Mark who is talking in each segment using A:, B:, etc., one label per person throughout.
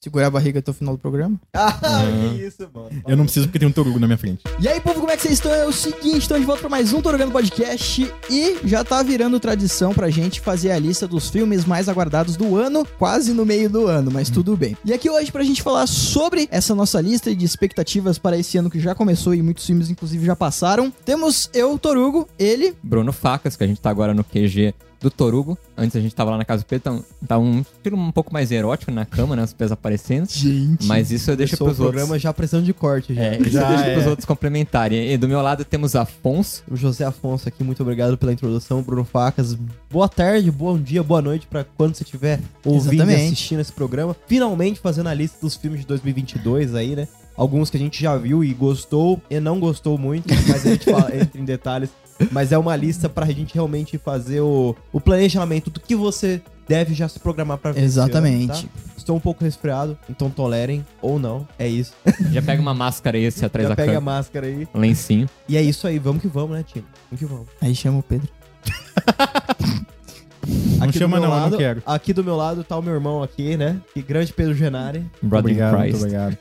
A: Segurar a barriga até o final do programa?
B: Ah,
C: Uhum.
B: que isso, mano.
C: Eu não preciso porque tem um torugo na minha frente.
A: E aí, povo, como é que vocês estão? É o seguinte, estamos de volta para mais um Torogando Podcast e já tá virando tradição pra gente fazer a lista dos filmes mais aguardados do ano, quase no meio do ano, mas tudo bem. E aqui hoje pra gente falar sobre essa nossa lista de expectativas para esse ano que já começou e muitos filmes inclusive já passaram. Temos eu, Torugo, ele,
D: Bruno Facas, que a gente tá agora no QG do Torugo. Antes a gente tava lá na casa do Pedro, tá um, tá um estilo um pouco mais erótico na cama, né? Os pés aparecendo.
A: gente,
D: Mas isso eu deixo
B: Começou
D: pros
B: o programa
D: outros.
B: já pressão de corte, já.
D: É, isso
C: Já
D: eu deixo pros
C: é.
D: outros complementarem. E do meu lado temos Afonso.
B: O José Afonso aqui, muito obrigado pela introdução, Bruno Facas. Boa tarde, bom dia, boa noite pra quando você estiver ouvindo
A: Exatamente.
B: e assistindo esse programa. Finalmente fazendo a lista dos filmes de 2022 aí, né? Alguns que a gente já viu e gostou e não gostou muito, mas a gente fala, entra em detalhes. Mas é uma lista pra gente realmente fazer o, o planejamento do que você deve já se programar pra ver esse ano,
A: Exatamente.
B: tá? Estou um pouco resfriado, então tolerem ou não. É isso.
D: Já pega uma máscara aí assim, atrás
B: já
D: da
B: pega a
D: cama.
B: máscara aí.
D: Lencinho.
B: E é isso aí, vamos que vamos, né, time? Vamos que vamos.
A: Aí chama o Pedro.
C: Não
B: Aqui do
C: chama
B: meu
C: não, eu não
B: lado-
C: quero.
B: Aqui do meu lado tá o meu irmão aqui, né? Que grande Pedro Genari.
D: Brother in
C: obrigado, muito
D: Christ.
C: obrigado.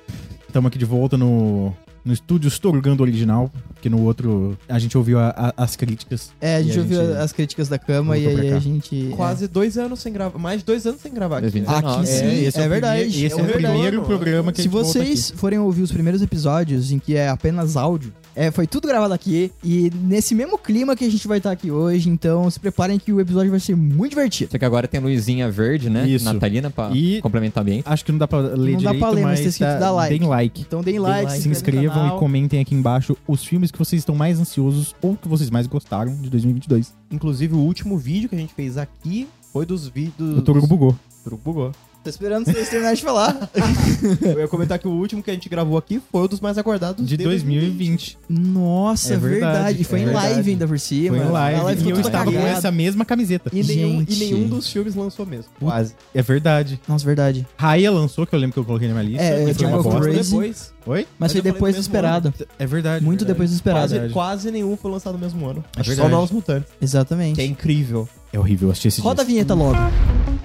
C: Estamos aqui de volta no, no estúdio Storugando Original, que no outro a gente ouviu a- a- as críticas.
A: É, a gente
C: E a
A: ouviu
C: gente
A: as críticas da cama
C: voltou
A: e
C: pra
A: aí
C: cá.
A: a gente...
B: Quase dois anos sem gravar. Mais de dois anos sem gravar aqui. né?
D: 2019.
A: Aqui
D: É,
A: sim, é,
C: esse o
A: verdade.
C: primeiro- Esse é,
A: É
C: o
A: verdade.
C: primeiro
B: mano.
C: programa que
A: Se
C: a gente volta
A: vocês forem ouvir os primeiros episódios em que é apenas áudio, é, foi tudo gravado aqui e nesse mesmo clima que a gente vai estar aqui hoje, então se preparem que o episódio vai ser muito divertido.
D: Só que agora tem luzinha verde, né?
C: Isso.
D: Natalina pra
C: E-
D: complementar bem.
C: Acho que não dá pra ler
A: Não
C: direito,
A: dá pra ler, mas tá escrito dá like.
C: deem like.
A: Então deem like,
B: like,
C: Se
A: no
C: inscrevam
A: canal.
C: e comentem aqui embaixo os filmes que vocês estão mais ansiosos ou que vocês mais gostaram de 2022.
B: né? Inclusive, o último vídeo que a gente fez aqui foi dos vídeos...
C: O Torugo bugou.
B: Torugo bugou.
A: Tô esperando vocês terminarem de falar.
B: Eu ia comentar que o último que a gente gravou aqui foi o dos mais aguardados
C: De 2020.
A: Nossa,
C: É
A: verdade.
C: verdade,
A: Foi
C: é
A: em
C: verdade.
A: live ainda por cima.
C: Foi
A: A
C: em
A: live
C: live. E
A: ficou
C: eu
A: toda
C: estava com
A: cagada.
C: essa mesma camiseta.
B: E nenhum, e
A: Gente.
B: nenhum dos filmes lançou mesmo. Quase.
C: É verdade.
A: Nossa, verdade.
C: Raia lançou, que eu lembro que eu coloquei na minha lista.
A: É,
C: que
A: eu
C: foi
A: tinha
C: uma
A: colocado.
C: bosta.
A: Crazy.
B: depois.
C: Oi?
A: Mas
B: Mas
A: foi
B: eu falei
A: depois do
B: do mesmo
A: esperado.
C: É verdade.
A: Muito
C: verdade.
A: depois do esperado.
B: Quase,
C: Verdade.
B: quase nenhum foi lançado no mesmo ano.
C: É
B: Acho que só
C: verdade.
B: Novos Mutantes.
A: Exatamente.
B: Que é incrível.
C: É horrível, eu assisti esse
A: Roda a
C: dia.
A: vinheta logo.
C: Hum.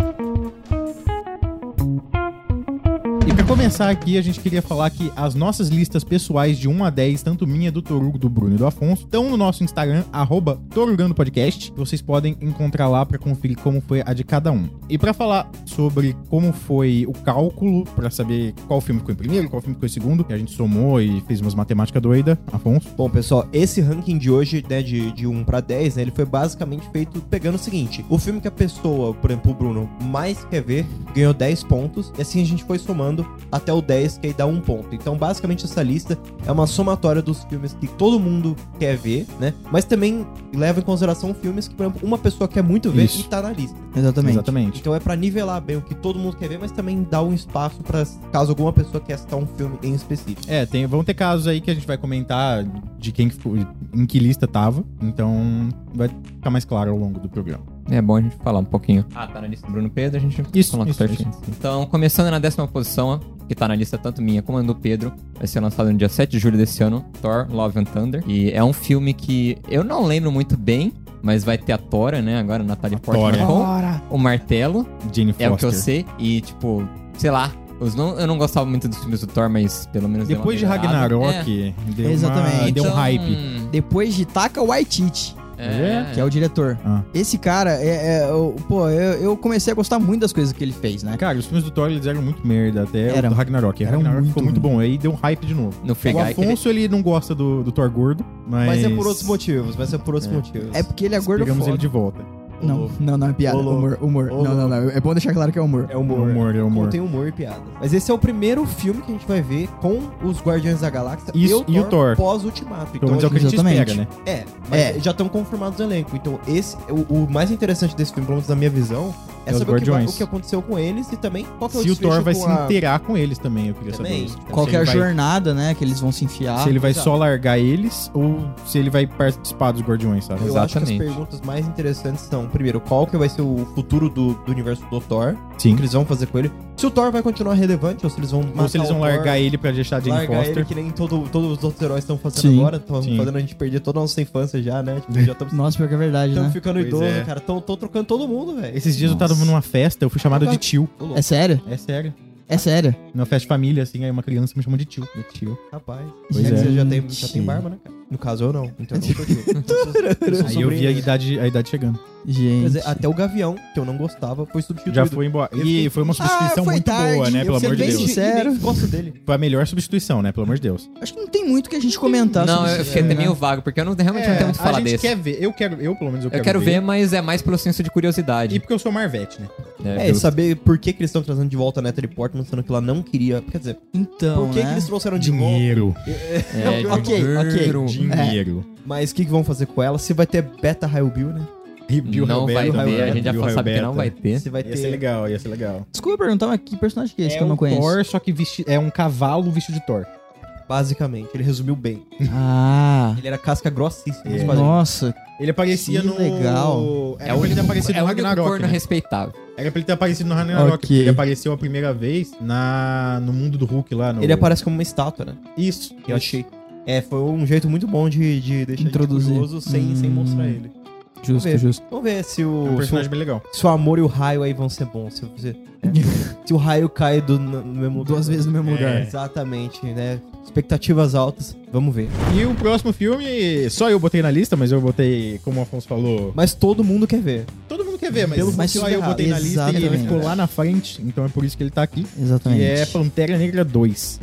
C: E pra começar aqui, a gente queria falar que as nossas listas pessoais de 1 a 10, tanto minha, do Torugo, do Bruno e do Afonso, estão no nosso Instagram, arroba Torugando Podcast. Vocês podem encontrar lá pra conferir como foi a de cada um. E pra falar sobre como foi o cálculo, pra saber qual filme ficou em primeiro, qual filme ficou em segundo, que a gente somou e fez umas matemáticas doidas, Afonso.
B: Bom, pessoal, esse ranking de hoje, né, de, de 1 pra 10, né, ele foi basicamente feito pegando o seguinte: o filme que a pessoa, por exemplo, o Bruno, mais quer ver, ganhou 10 pontos, e assim a gente foi somando até o 10, que aí dá um ponto. Então, basicamente, essa lista é uma somatória dos filmes que todo mundo quer ver, né, mas também leva em consideração filmes que, por exemplo, uma pessoa quer muito ver
C: Isso.
B: e tá na lista.
A: Exatamente.
C: Exatamente.
B: Então, é pra nivelar bem o que todo mundo quer ver, mas também dá um espaço pra caso alguma pessoa quer citar um filme em específico.
C: É, tem, vão ter casos aí que a gente vai comentar de quem que ficou, em que lista tava, então vai ficar mais claro ao longo do programa.
D: É bom a gente falar um pouquinho. Ah, tá na lista do Bruno Pedro, a gente
C: Isso,
D: coloca
C: isso,
D: certinho. Então, começando na décima posição, ó, que tá na lista tanto minha como a do Pedro, vai ser lançado no dia 7 de julho desse ano, Thor, Love and Thunder. E é um filme que eu não lembro muito bem, mas vai ter a Tora, né, agora, Natalie Portman
C: Tora.
D: com
A: Bora!
D: o martelo,
C: Jane
D: é
C: Foster.
D: o que eu sei, e tipo, sei lá, os não, eu não gostava muito dos filmes do Thor, mas pelo menos deu uma
C: Depois de
D: melhorada.
C: Ragnarok,
B: É.
C: deu, uma-
A: Exatamente.
C: deu um
D: Então,
C: hype.
A: Depois de Taka Waititi.
D: É,
A: que é o diretor.
C: Ah.
A: Esse cara, é, é, o- pô, eu, eu comecei a gostar muito das coisas que ele fez, né?
C: Cara, os filmes do Thor eles eram muito merda, até
A: Era.
C: o do Ragnarok. O
A: Era
C: Ragnarok
A: muito
C: ficou muito
A: ruim.
C: bom, aí deu um hype de novo.
D: no Free
C: o
D: Guy. que ele-
C: Afonso, ele não gosta do, do Thor gordo, mas...
B: Mas é por outros motivos, mas é por outros
C: É.
B: motivos.
A: É porque ele é gordo
C: Pegamos
A: foda.
C: ele de volta.
A: Não, não, não, é piada.
B: Ô, louco.
A: Humor, humor.
B: Ô,
A: Não, não, não. É bom deixar claro que é humor.
B: É
C: É
B: humor.
C: humor, é humor.
B: Contém humor e piada. Mas esse é o primeiro filme que a gente vai ver com os Guardiões da Galáxia
C: Isso, e o Thor.
B: pós-ultimato. Então,
C: Pelo menos é o que a gente
A: Exatamente.
C: espera, né?
B: É, mas
A: É.
B: já estão confirmados o elenco. Então, esse, o, o mais interessante desse filme, pelo menos na minha visão, é,
C: É
B: saber o
C: os
B: que, vai-
C: Guardiões.
B: o que aconteceu com eles e também qual que é o
C: Se o Thor
B: desfecho
C: vai
B: com
C: se
B: a...
C: inteirar com eles também, eu queria saber
B: Também.
C: isso. Tipo,
A: Qual
C: se
A: que é a
C: ele vai-
A: jornada, né, que eles vão se enfiar.
C: Se ele vai
B: Exato.
C: só largar eles ou se ele vai participar dos Guardiões, sabe?
B: Eu acho que as
D: Exatamente.
B: perguntas mais interessantes são, primeiro, qual que vai ser o futuro do, do universo do Thor, o
C: Sim.
B: que eles vão fazer com ele, se o Thor vai continuar relevante ou se eles vão matar
C: Ou se eles
B: o
C: vão
B: Thor.
C: largar ele pra deixar a Jane
B: Larga
C: Foster.
B: ele que nem todo- todos os outros heróis estão fazendo
A: Sim,
B: agora, estão
C: sim.
B: fazendo a gente perder toda a nossa infância já, né? Tipo, já estamos
A: Nossa, pior que é verdade, né?
B: ficando
C: Pois
B: idoso,
C: é.
B: cara. Estão trocando todo mundo, velho.
C: Esses dias eu tava
D: Nossa.
C: numa festa, eu fui chamado de tio.
A: É sério?
C: É sério.
A: É sério.
C: Numa festa de família, assim, aí uma criança me chamou de tio.
D: é
C: De tio.
B: Rapaz.
C: Pois
B: é que
C: é.
B: Você já tem, já
A: Gente.
B: tem barba, né, cara? No caso, eu não. Então eu não sou tio. Eu sou
C: Aí eu vi
B: sobrinho.
C: a idade, a idade chegando.
B: Quer
A: Gente.
B: dizer, até o Gavião, que eu não gostava, foi substituído.
C: Já foi embora.
B: Eu
C: E
B: fiquei-
C: foi uma substituição
A: Ah, foi
C: muito
A: tarde.
C: boa, né?
A: Eu
C: Pelo
A: fiquei
C: amor de
A: bem
C: Deus.
A: sincero.
B: Sincero. gosto dele.
C: Foi a melhor substituição, né? Pelo amor de Deus.
A: Acho que não tem muito o que a gente comentar
D: Não,
A: sobre
D: eu
A: isso.
D: fiquei até
A: né?
D: meio vago, porque eu não, realmente
C: É,
D: não tenho muito
C: a
D: falar
C: gente
D: desse.
C: quer ver. Eu quero, eu pelo menos eu
D: Eu
C: quero,
D: quero ver, mas é mais pelo senso de curiosidade.
C: E porque eu sou Marvete, né?
B: É, e saber por que, que eles estão trazendo de volta a Natalie Portman, sendo que ela não queria. Quer dizer,
A: Então,
B: por que, que
A: né?
B: eles trouxeram de volta?
C: Dinheiro.
D: é, um de
A: Ok, ok.
D: dinheiro.
C: Dinheiro.
B: Mas o que, que vão fazer com ela? Se vai ter Beta Rail Bill, né?
C: E Bill
D: Não vai
C: Roberto,
D: ter, a
C: Roberto,
D: gente já
C: Bill
D: sabe que não vai
C: Roberto.
D: ter.
B: Se vai ter.
C: Ia ser legal, ia ser legal.
A: Desculpa perguntar, mas que personagem que é esse que eu
C: um
A: não conheço?
C: Thor, só que vesti... é um cavalo vestido de Thor.
B: Basicamente, ele resumiu bem.
A: Ah.
B: Ele era casca grossíssima nos
C: É.
B: quadrinhos.
A: Nossa.
C: Ele aparecia
A: Que
C: no.
A: legal.
C: Era pra ele ter aparecido
D: é
C: no
D: o único
C: Ragnarok.
D: corno
C: Né?
D: respeitável.
C: Era pra ele ter aparecido no Ragnarok.
A: Ok.
C: porque Ele apareceu a primeira vez na... no mundo do Hulk lá. No...
B: Ele aparece como uma estátua, né?
C: Isso.
B: Eu achei. É, foi um jeito muito bom de, de deixar a gente
A: Introduzir.
B: curioso sem, sem
A: Hum.
B: mostrar ele.
A: Justo,
B: ver.
A: justo.
B: Vamos ver se
C: É um
B: o, se o,
C: personagem bem legal.
B: se o amor e o raio aí vão ser bons. Se, se, se o raio cai do, no, no mesmo lugar.
A: Duas vezes no mesmo
C: É.
A: lugar.
B: Exatamente, né? Expectativas altas. Vamos ver.
C: E o próximo filme, só eu botei na lista, mas eu botei, como o Afonso falou,
B: Mas todo mundo quer ver.
C: todo mundo quer ver, mas,
A: Pelo motivo
C: só eu
A: errado.
C: botei na lista e ele
A: Exatamente.
C: ficou lá na frente, então é por isso que ele tá aqui.
A: Exatamente.
C: Que é Pantera Negra 2.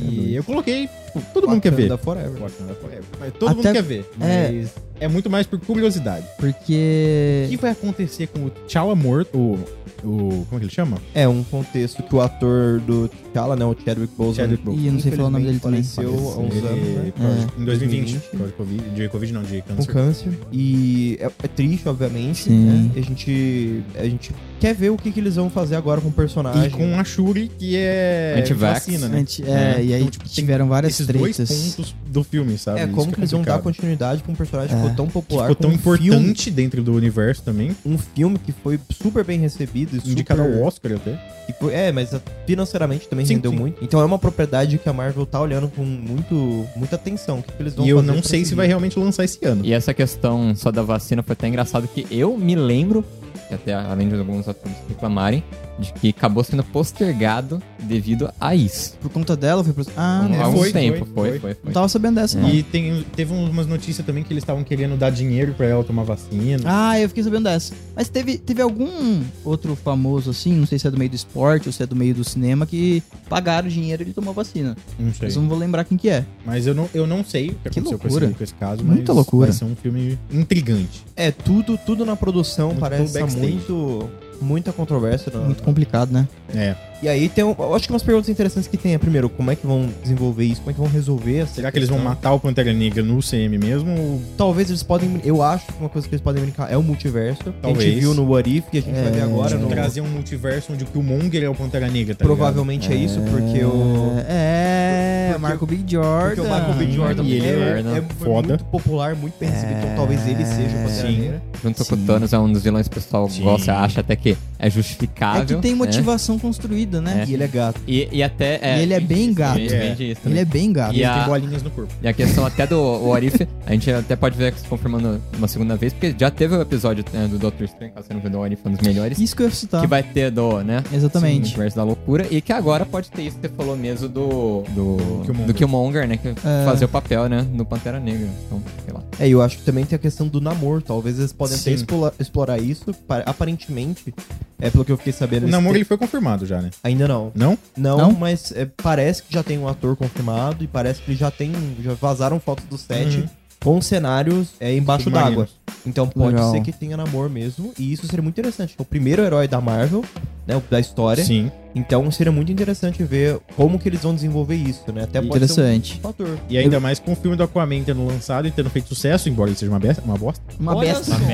C: E eu coloquei, tipo, todo mundo quer ver.
B: Da Forever.
C: Wakanda Forever. É, Mas todo
A: Até-
C: mundo quer ver.
A: É.
C: Mas é muito mais por curiosidade. O que
A: Porque.
C: vai acontecer com o T'Challa morto? O, o. Como é que ele chama?
B: É um contexto que o ator do T'Challa, né? O Chadwick Boseman.
C: Chadwick Boseman.
A: Ih, eu não sei falar o nome dele também.
B: Faleceu há uns anos,
C: Ele-
B: né?
C: Em 2020.
B: 2020.
C: por causa de Covid, de Covid não, de
B: Com
C: câncer.
B: câncer. E é, é triste, obviamente.
A: Sim.
B: né? E a gente. A gente quer ver o que, que eles vão fazer agora com o
C: E
B: personagem.
C: com a Shuri, que é
D: Antivax.
C: vacina, né?
A: Antes- é,
C: É.
A: e aí
C: Então, tipo, tem
A: tiveram várias
C: Esses
A: tretas.
C: dois pontos do filme, sabe?
B: É,
C: Isso
B: como
C: que
B: que eles vão dar
C: complicado.
B: continuidade com um personagem que
A: É.
B: ficou tão popular,
C: Ficou tão
B: com um filme-
C: importante dentro do universo também.
B: um filme que foi super bem recebido e super...
C: Indicado ao Oscar até.
B: E foi- É, mas a- financeiramente também
C: Sim,
B: rendeu
C: sim.
B: muito. Então é uma propriedade que a Marvel tá olhando com muito, muita atenção. O que, que eles vão
C: E eu
B: fazer
C: não
B: pra
C: sei se
B: seguir.
C: vai realmente lançar esse ano.
D: E essa questão só da vacina foi até engraçado que eu me lembro, que até além de alguns atores reclamarem, de que acabou sendo postergado devido a isso.
A: Por conta dela, foi pro. Ah, Então, não.
D: Há
C: Algum-
D: alguns
C: Foi,
D: tempo,
C: foi,
D: Então, foi, foi,
A: Não
D: foi.
A: tava sabendo dessa, não.
C: E tem, teve umas notícias também que eles estavam querendo dar dinheiro pra ela tomar vacina.
A: Ah, eu fiquei sabendo dessa. Mas teve, teve algum outro famoso, assim, não sei se é do meio do esporte ou se é do meio do cinema, que pagaram dinheiro e ele tomou vacina.
C: não sei.
A: Mas eu não vou lembrar quem que é.
C: Mas eu não, eu não sei o que, aconteceu com
A: loucura.
C: esse, com esse caso, mas
A: Muita loucura.
C: vai ser um filme intrigante.
B: É, tudo, tudo na produção
C: Muito
B: parece
C: pelo
B: tá
C: backstage.
B: muito... Muita controvérsia. na-
A: Muito complicado, né?
C: É.
B: E aí tem, um- eu acho que umas perguntas interessantes que tem é, primeiro, como é que vão desenvolver isso? Como é que vão resolver essa
C: Será que eles vão
B: questão?
C: matar o Pantera Negra no CM mesmo? ou-
B: Talvez eles podem... Eu acho que uma coisa que eles podem brincar é o multiverso. que A
C: Talvez.
B: gente viu no What If, que a gente vai ver agora
C: Tipo,
B: É, no...
C: trazer um multiverso onde o Killmonger é o Pantera Negra, tá
B: Provavelmente é isso, porque o...
A: É,
B: Porque
A: Marco B.
B: Porque
A: Jordan.
B: o Michael B. Jordan
D: E ele
B: é,
D: era
B: é
C: foda.
B: muito popular, muito bem recebido, então talvez ele seja o
A: É.
B: Pantera
C: Sim.
B: Negra.
D: Junto com
A: Sim.
D: o Thanos é um dos vilões que o pessoal
C: Sim.
D: gosta, acha até que é
A: É
D: justificável.
A: que tem
D: né?
A: motivação construída, né?
B: E ele é gato.
D: E, e até. é,
A: E ele é bem gato.
D: Ele é, bem disso
A: Ele
D: também.
A: é bem gato.
C: ligado? Ele
D: E a-
C: tem bolinhas no corpo.
D: E a questão até do o Orif, a gente até pode ver confirmando uma segunda vez, porque já teve o episódio né, do Dr. Strange, caso você não viu do Orif, um dos melhores,
A: Isso que eu ia citar.
D: que vai ter do, né? O
A: Exatamente.
D: universo da loucura, e que agora pode ter isso que você falou mesmo do. Do,
C: Killmonger.
D: do Killmonger, né? Que
A: É.
D: fazer o papel, né? Do Pantera Negra. Então, sei lá.
B: É, e eu acho que também tem a questão do namoro. Talvez eles podem até
C: Sim.
B: explorar, explorar isso. pa- Aparentemente, é pelo que eu fiquei sabendo.
C: O
B: eles
C: namoro
B: têm-
C: ele foi confirmado já, né?
B: Ainda não.
C: Não?
B: Não,
A: Não?
B: mas é, parece que já tem um ator confirmado e parece que já tem. Já vazaram fotos do set
C: Uhum.
B: com cenários é, embaixo
C: Submarino.
B: d'água. Então pode
A: Legal.
B: ser que tenha namoro mesmo. E isso seria muito interessante. É o primeiro herói da Marvel, né? o- Da história.
C: Sim.
B: Então seria muito interessante ver como que eles vão desenvolver isso, né? Até pode ser
A: Interessante.
B: um fator.
C: E ainda mais com o filme do Aquaman tendo lançado e tendo feito sucesso, embora ele seja uma, besta, uma bosta.
A: Uma
B: Olha
A: besta.
B: só,
D: Uma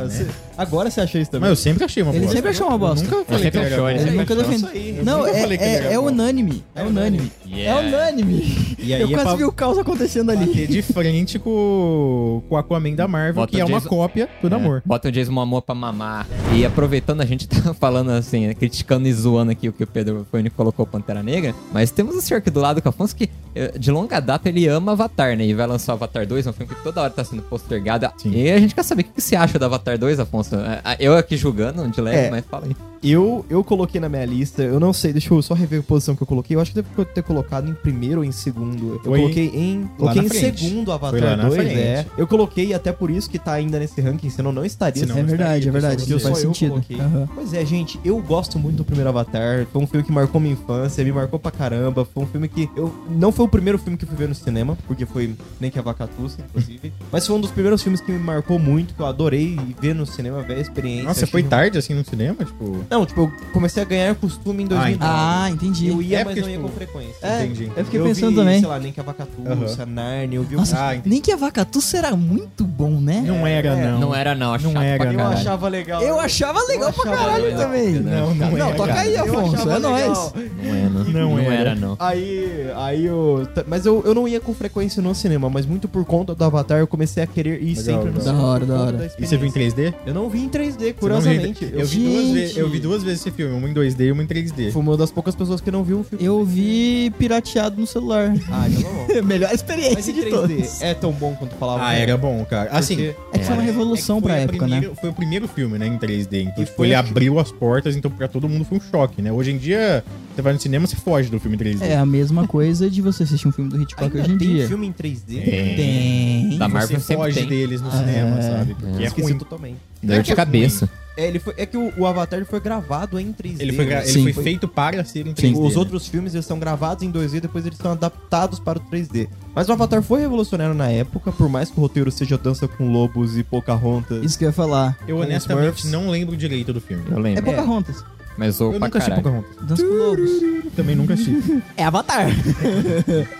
D: besta,
B: cê- Agora você achou isso também. É,
C: Mas eu sempre achei uma
A: Ele
C: bosta.
A: sempre achou uma bosta.
C: Nunca falei
D: sempre
C: que ele
D: achou,
C: era
D: ele
C: bom.
A: Ele
D: sempre
A: nunca
D: achou.
A: defendeu.
B: aí.
A: Não,
C: nunca
A: é,
C: falei que ele
A: é-
C: era
A: é
C: bom.
A: unânime. É unânime. É unânime.
C: E aí
A: eu
C: é
A: quase
C: pra
A: vi o caos acontecendo ali.
C: bater de frente com, com o Aquaman da Marvel,
D: Bota
C: que é
D: o
C: uma
D: Jason-
C: cópia do namoro.
D: Bota o Jason Momoa pra mamar. E aproveitando, a gente tá falando assim, né, criticando e zoando aqui o que o Pedro Fone colocou Pantera Negra, mas temos o senhor aqui do lado, que é o Afonso, que eh, de longa data ele ama Avatar, né? E vai lançar o Avatar 2, é um filme que toda hora tá sendo postergado.
C: Sim.
D: E a gente quer saber o que que você acha do Avatar 2, Afonso. Eh, Eu eh, aqui julgando, de leve,
A: É.
D: mas fala aí.
B: Eu, eu coloquei na minha lista, eu não sei, deixa eu só rever a posição que eu coloquei. Eu acho que devo ter colocado em primeiro ou em segundo. Eu
C: Foi
B: coloquei em. Coloquei
C: na
B: em
C: frente.
B: segundo
C: Foi lá
B: Avatar
C: na
B: 2,
C: frente.
B: é. Eu coloquei até por isso que tá ainda nesse ranking, senão não estaria.
C: Senão
B: nesse
A: É
C: não
A: verdade, é
B: ranking,
A: verdade.
B: porque
A: Faz
B: só eu
A: sentido.
B: coloquei.
A: Aham.
B: Pois é, gente, eu gosto muito do primeiro Avatar. Foi um filme que marcou minha infância, me marcou pra caramba. Foi um filme que eu. Não foi o primeiro filme que eu fui ver no cinema, porque foi nem que a Vacatuça, inclusive. mas foi um dos primeiros filmes que me marcou muito, que eu adorei ver no cinema, ver a experiência.
C: Nossa,
B: Achei
C: foi
B: um-
C: tarde assim no cinema? Tipo.
B: Não, tipo, eu comecei a ganhar costume em 2009.
A: Ah, entendi.
B: eu ia,
C: É
B: mas
C: porque,
B: não ia
C: tipo,
B: com frequência.
A: É,
C: entendi.
A: eu fiquei
B: eu
A: pensando
B: vi,
A: também.
B: sei lá, nem
C: é
B: que a Vacatuça, Narnia, eu vi o
A: Nossa,
C: Ah, entendi.
A: nem que a vaca tu será muito bom, né?
C: Não era, não.
D: Não era, não. Acho
C: Não
D: chato
C: era,
D: pra
C: não.
B: Eu
D: caralho.
B: achava legal.
A: Eu achava legal pra
B: achava
A: caralho
B: legal.
A: também.
C: Não, não
A: Não,
C: é,
A: toca
C: cara.
A: aí,
B: Eu
A: Afonso.
B: achava
A: É nóis.
B: legal.
D: Não é, não.
C: Não
D: Não
C: era.
D: era, não.
B: Aí, aí eu. t- Mas eu, eu não ia com frequência no cinema, mas muito por conta do Avatar eu comecei a querer ir
C: Legal,
B: sempre no
C: legal.
A: Da
B: cinema.
A: hora,
B: por
A: da
B: conta
A: hora.
B: da
C: E você viu em 3D?
B: Eu não vi em 3D,
C: Você não viu em-
B: curiosamente.
C: Eu vi, duas
A: Gente!
C: vezes, eu vi duas vezes esse filme, uma em 2D e uma em 3D.
B: Fui uma das poucas pessoas que não viu um filme.
A: Eu vi pirateado no celular.
B: Ah, então não.
A: Melhor
B: Mas
A: experiência
B: em
A: de
B: 3D
A: todos.
B: é tão bom quanto falava.
C: Ah, era bom, cara. Assim,
B: Porque-
A: É que foi uma
D: É,
A: revolução
C: é que foi
A: pra
C: a
A: época, né?
C: primeira- Foi o primeiro filme, né, em 3D. Então,
B: E
C: tipo,
B: foi
C: ele
B: a-
C: abriu as portas, então pra todo mundo foi um choque, né? Hoje em dia, você vai no cinema, você foge do filme 3D.
A: É a mesma coisa de você assistir um filme do Hitchcock
B: Ainda
A: hoje em
B: tem
A: dia.
B: filme em 3D.
C: É.
A: Tem.
D: Da Marvel
C: você
D: sempre
C: foge
D: tem.
C: deles no
A: Ah,
C: cinema,
A: é.
C: sabe? Porque é,
B: Eu Esqueci
C: ruim.
B: totalmente.
C: Não
D: Dor
C: é que é
D: de cabeça.
B: É, ele foi, é que o, o Avatar ele foi gravado em 3D.
C: Ele foi, gra-
B: né?
C: ele
A: Sim.
C: foi feito para ser em 3D.
B: Os
C: né?
B: outros filmes eles são gravados em 2D, depois eles são adaptados para o 3D. Mas o Avatar foi revolucionário na época, por mais que o roteiro seja Dança com Lobos e Pocahontas.
A: Isso que eu ia falar.
C: Eu
B: com os
C: honestamente
B: Smurfs.
C: não lembro direito do filme.
D: Eu
A: É
D: lembro.
A: Pocahontas.
D: Mas ou
C: eu
D: pra
C: nunca assisti
D: caralho.
C: Pocahontas.
A: Dança com Lobos.
C: Também nunca assisti.
A: É Avatar.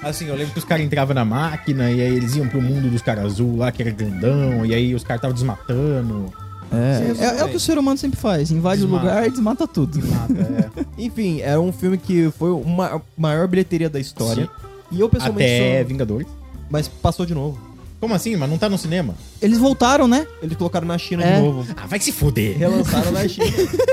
C: Assim, eu lembro que os caras entravam na máquina e aí eles iam pro mundo dos caras azul lá, que era grandão, e aí os caras estavam desmatando.
A: É, é o que o ser humano sempre faz. Invade o
C: Desmata.
A: lugar e desmata tudo.
C: Nada, é.
B: Enfim, era um filme que foi uma maior bilheteria da história. E eu pessoalmente
C: Até
B: sou-
C: Vingadores.
B: Mas passou de novo.
C: Como assim? Mas não tá no cinema?
A: Eles voltaram, né?
B: Eles colocaram na China
A: É.
B: de novo.
C: Ah, vai se foder.
B: Relançaram na China.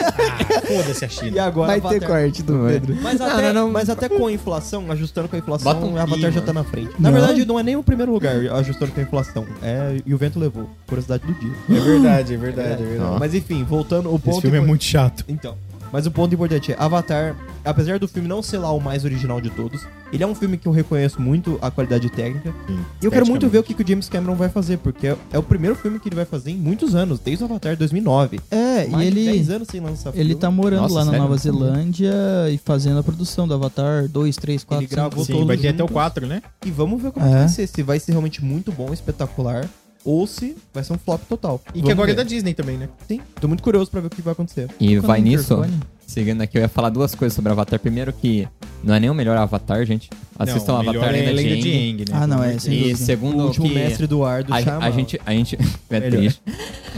C: Ah, foda-se a
B: e
C: China.
B: agora
A: Vai ter
B: Avatar-
A: corte do Pedro.
B: Mas
D: Não, não,
B: até,
D: não.
B: mas até com a inflação, ajustando com a inflação,
D: Bota um
B: o Avatar
D: i,
B: já tá na frente. Na
A: Não.
B: verdade, não é nem o primeiro lugar ajustando com a inflação. É, e o vento levou. Curiosidade do dia.
C: É verdade, é verdade, é
D: Não.
B: Mas enfim, voltando, o ponto.
C: Esse filme é
B: impor-
C: muito chato.
B: Então. Mas o ponto importante é, Avatar, apesar do filme não ser lá o mais original de todos, ele é um filme que eu reconheço muito a qualidade técnica. E eu quero muito ver o que, que o James Cameron vai fazer, porque é, é o primeiro filme que ele vai fazer em muitos anos, desde o Avatar 2009.
A: É,
B: Mais
A: e
B: de 10
A: ele.
B: anos sem lançar
A: Ele
B: filme.
A: tá morando
D: Nossa,
A: lá na
D: sério?
A: Nova Zelândia e fazendo a produção do Avatar 2, 3, 4,
B: Ele gravou
C: Sim, vai ter até o
B: juntos.
C: 4, né?
B: E vamos ver como é. que
A: É.
B: vai ser. Se vai ser realmente muito bom, espetacular, ou se vai ser um flop total.
C: E
B: Vamos
C: que agora é
B: ver.
C: da Disney também, né?
B: Sim, tô muito curioso pra ver o que vai acontecer.
D: E vai nisso, seguindo aqui, eu ia falar duas coisas sobre Avatar. Primeiro que não é nem o melhor Avatar, gente. Assistam
C: não, o
D: Avatar
C: melhor é
D: Lenda de Aang.
C: Aang, né?
A: Ah, não, é, sem
D: E
A: dúvida.
B: o
D: segundo
B: último
D: que
B: mestre do ar do
D: a,
B: Shyamalan.
D: a gente... A gente é
C: Melhor.
D: triste.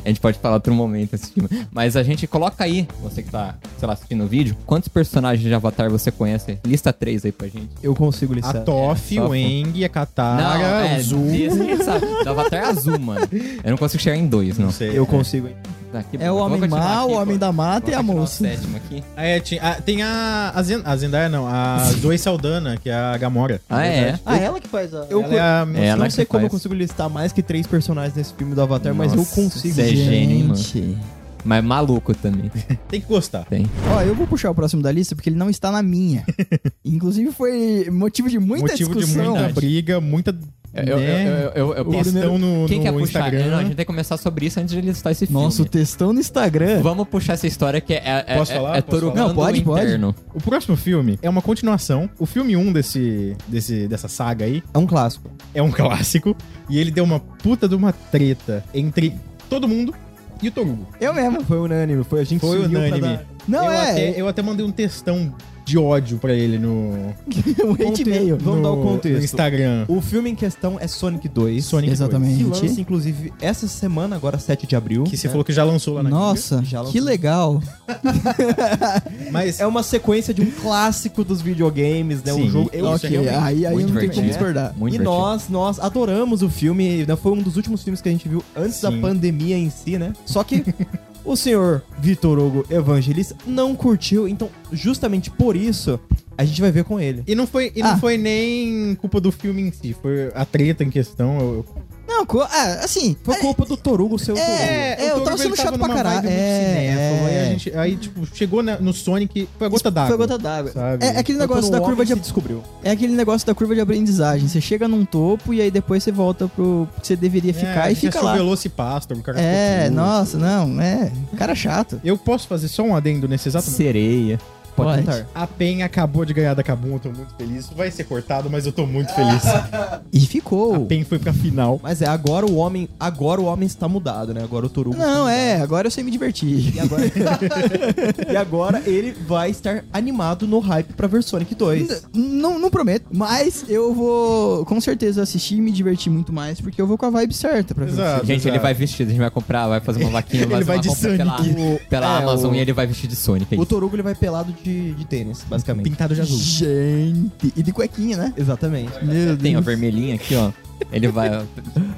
D: A gente pode falar outro momento esse filme. Mas a gente coloca aí, você que tá, sei lá, assistindo o vídeo, quantos personagens de Avatar você conhece? Lista três aí pra gente.
B: Eu consigo
C: A
B: listar.
C: Toph,
D: É, só-
C: o Aang, a Katara, o Zu.
D: desse, é, sabe? Do Avatar é azul, mano. Eu não consigo chegar em dois, não.
C: sei.
B: Eu consigo, hein?
D: Daqui-
A: É o
D: vamos
A: homem
D: continuar
A: mau,
D: aqui,
A: o homem
D: pô.
A: da mata e a
D: Vamos continuar o
A: moça.
D: sétimo aqui.
C: Ah, é, tinha- ah, tem a, a, Zen- a Zendaya, não, a Zoe Saldana, que é a Gamora.
D: Ah, é?
A: Ah, ela que faz a.
B: Eu
C: Ela é a-
D: É, ela
B: não sei
D: que
B: como eu
D: faz.
B: consigo listar mais que três personagens nesse filme do Avatar, mas eu
D: Nossa,
B: consigo.
D: isso é gênio, hein, mano? Mas maluco também.
C: Tem que gostar.
D: Tem.
A: Ó, eu vou puxar o próximo da lista porque ele não está na minha. Inclusive foi motivo de muita
C: Motivo de
A: discussão.
C: muita briga, muita
D: É, Eu, eu,
C: né,
D: eu, eu, eu posso- um
C: questão no,
D: Quem
C: no
D: quer puxar? É,
C: Instagram.
D: Não, a gente tem que começar sobre isso antes de listar esse filme.
A: Nossa, o textão no Instagram.
D: Vamos puxar essa história que é, é,
C: Posso
D: é,
C: falar?
D: é
C: Posso falar?
D: Torugando
A: Não, pode, pode.
D: interno.
C: O próximo filme é uma continuação. O filme 1 desse, desse, dessa saga aí
B: É um clássico.
C: é um clássico. E ele deu uma puta de uma treta entre todo mundo e o Torugo.
A: Eu mesmo.
B: Foi unânime, foi a gente
C: Foi
B: se uniu pra
C: unânime.
B: dar-
A: Não
C: eu,
A: é.
C: até, eu até mandei um textão de ódio pra ele no,
A: um hate mail.
B: Vamos
C: no-
B: dar o contexto.
C: no Instagram.
B: O filme em questão é Sonic 2.
C: Sonic
B: Que
A: Exatamente.
B: lança, inclusive, essa semana, agora 7 de abril.
C: Que você
B: né?
C: falou que já lançou lá na
A: Nossa,
B: Já lançou.
A: que legal.
C: Disney, Mas
B: É uma sequência de um clássico dos videogames, né?
C: Sim,
B: um jogo. Eu
C: isso é
A: ok,
C: realmente
A: aí, aí eu
D: muito
A: não tenho como
D: divertido.
A: discordar.
D: Muito
B: e
D: divertido.
B: nós, nós adoramos o filme, né? Foi um dos últimos filmes que a gente viu antes
C: Sim.
B: da pandemia em si, né? Só que o senhor Vitor Hugo Evangelista não curtiu, então justamente por isso a gente vai ver com ele.
C: E não foi, e
A: Ah.
C: não foi nem culpa do filme em si, foi a treta em questão. Eu, eu
A: Não, co- ah, assim.
B: Foi culpa do Torugo, seu Torugo.
A: É, eu
C: Torugo,
A: tava sendo
C: ele
A: chato pra
C: numa
A: caralho.
C: vibe muito
A: É, é.
C: cinéfilo, Aí, a gente, aí, tipo, chegou na- no Sonic, foi a gota d'água.
A: Foi gota d'água.
C: sabe?
A: É aquele negócio da curva de
B: se descobriu.
A: é aquele negócio da curva de aprendizagem. Você chega num topo e aí depois você volta pro que você
C: É,
A: deveria ficar e fica lá.
C: Veloci Pastor, o cara
A: É,
C: ficou puto.
A: nossa, não, é. Cara chato.
C: Eu posso fazer só um adendo nesse exato momento?
D: Sereia. Pode
A: Pode.
D: tentar.
C: A PEN acabou de ganhar da Kabum, eu tô muito feliz. Isso vai ser cortado, mas eu tô muito feliz.
A: E
C: A
A: ficou.
C: PEN foi pra final.
B: Mas é, agora o homem. Agora o homem está mudado, né? Agora o
C: assim,
B: Torugo.
A: Não, é,
C: né?
A: agora eu sei me divertir.
B: E agora... e agora ele vai estar animado no hype pra ver Sonic 2.
A: Não, não prometo, mas eu vou com certeza assistir e me divertir muito mais, porque eu vou com a vibe certa pra ver.
C: Exato.
D: Gente, ele vai vestido, a gente vai comprar, vai fazer uma vaquinha, vai fazer
C: Ele vai
D: uma
C: de
D: compra pela,
B: Sonic.
D: pela
B: É,
D: Amazon
B: o-
D: e ele vai vestido de Sonic. é
B: O
D: isso.
B: Torugo ele vai pelado de, de tênis, basicamente.
C: Pintado de azul.
A: Gente, e de cuequinha, né?
B: Exatamente.
A: Meu
D: Tem a
A: Deus.
D: vermelhinha aqui, ó. Ele vai.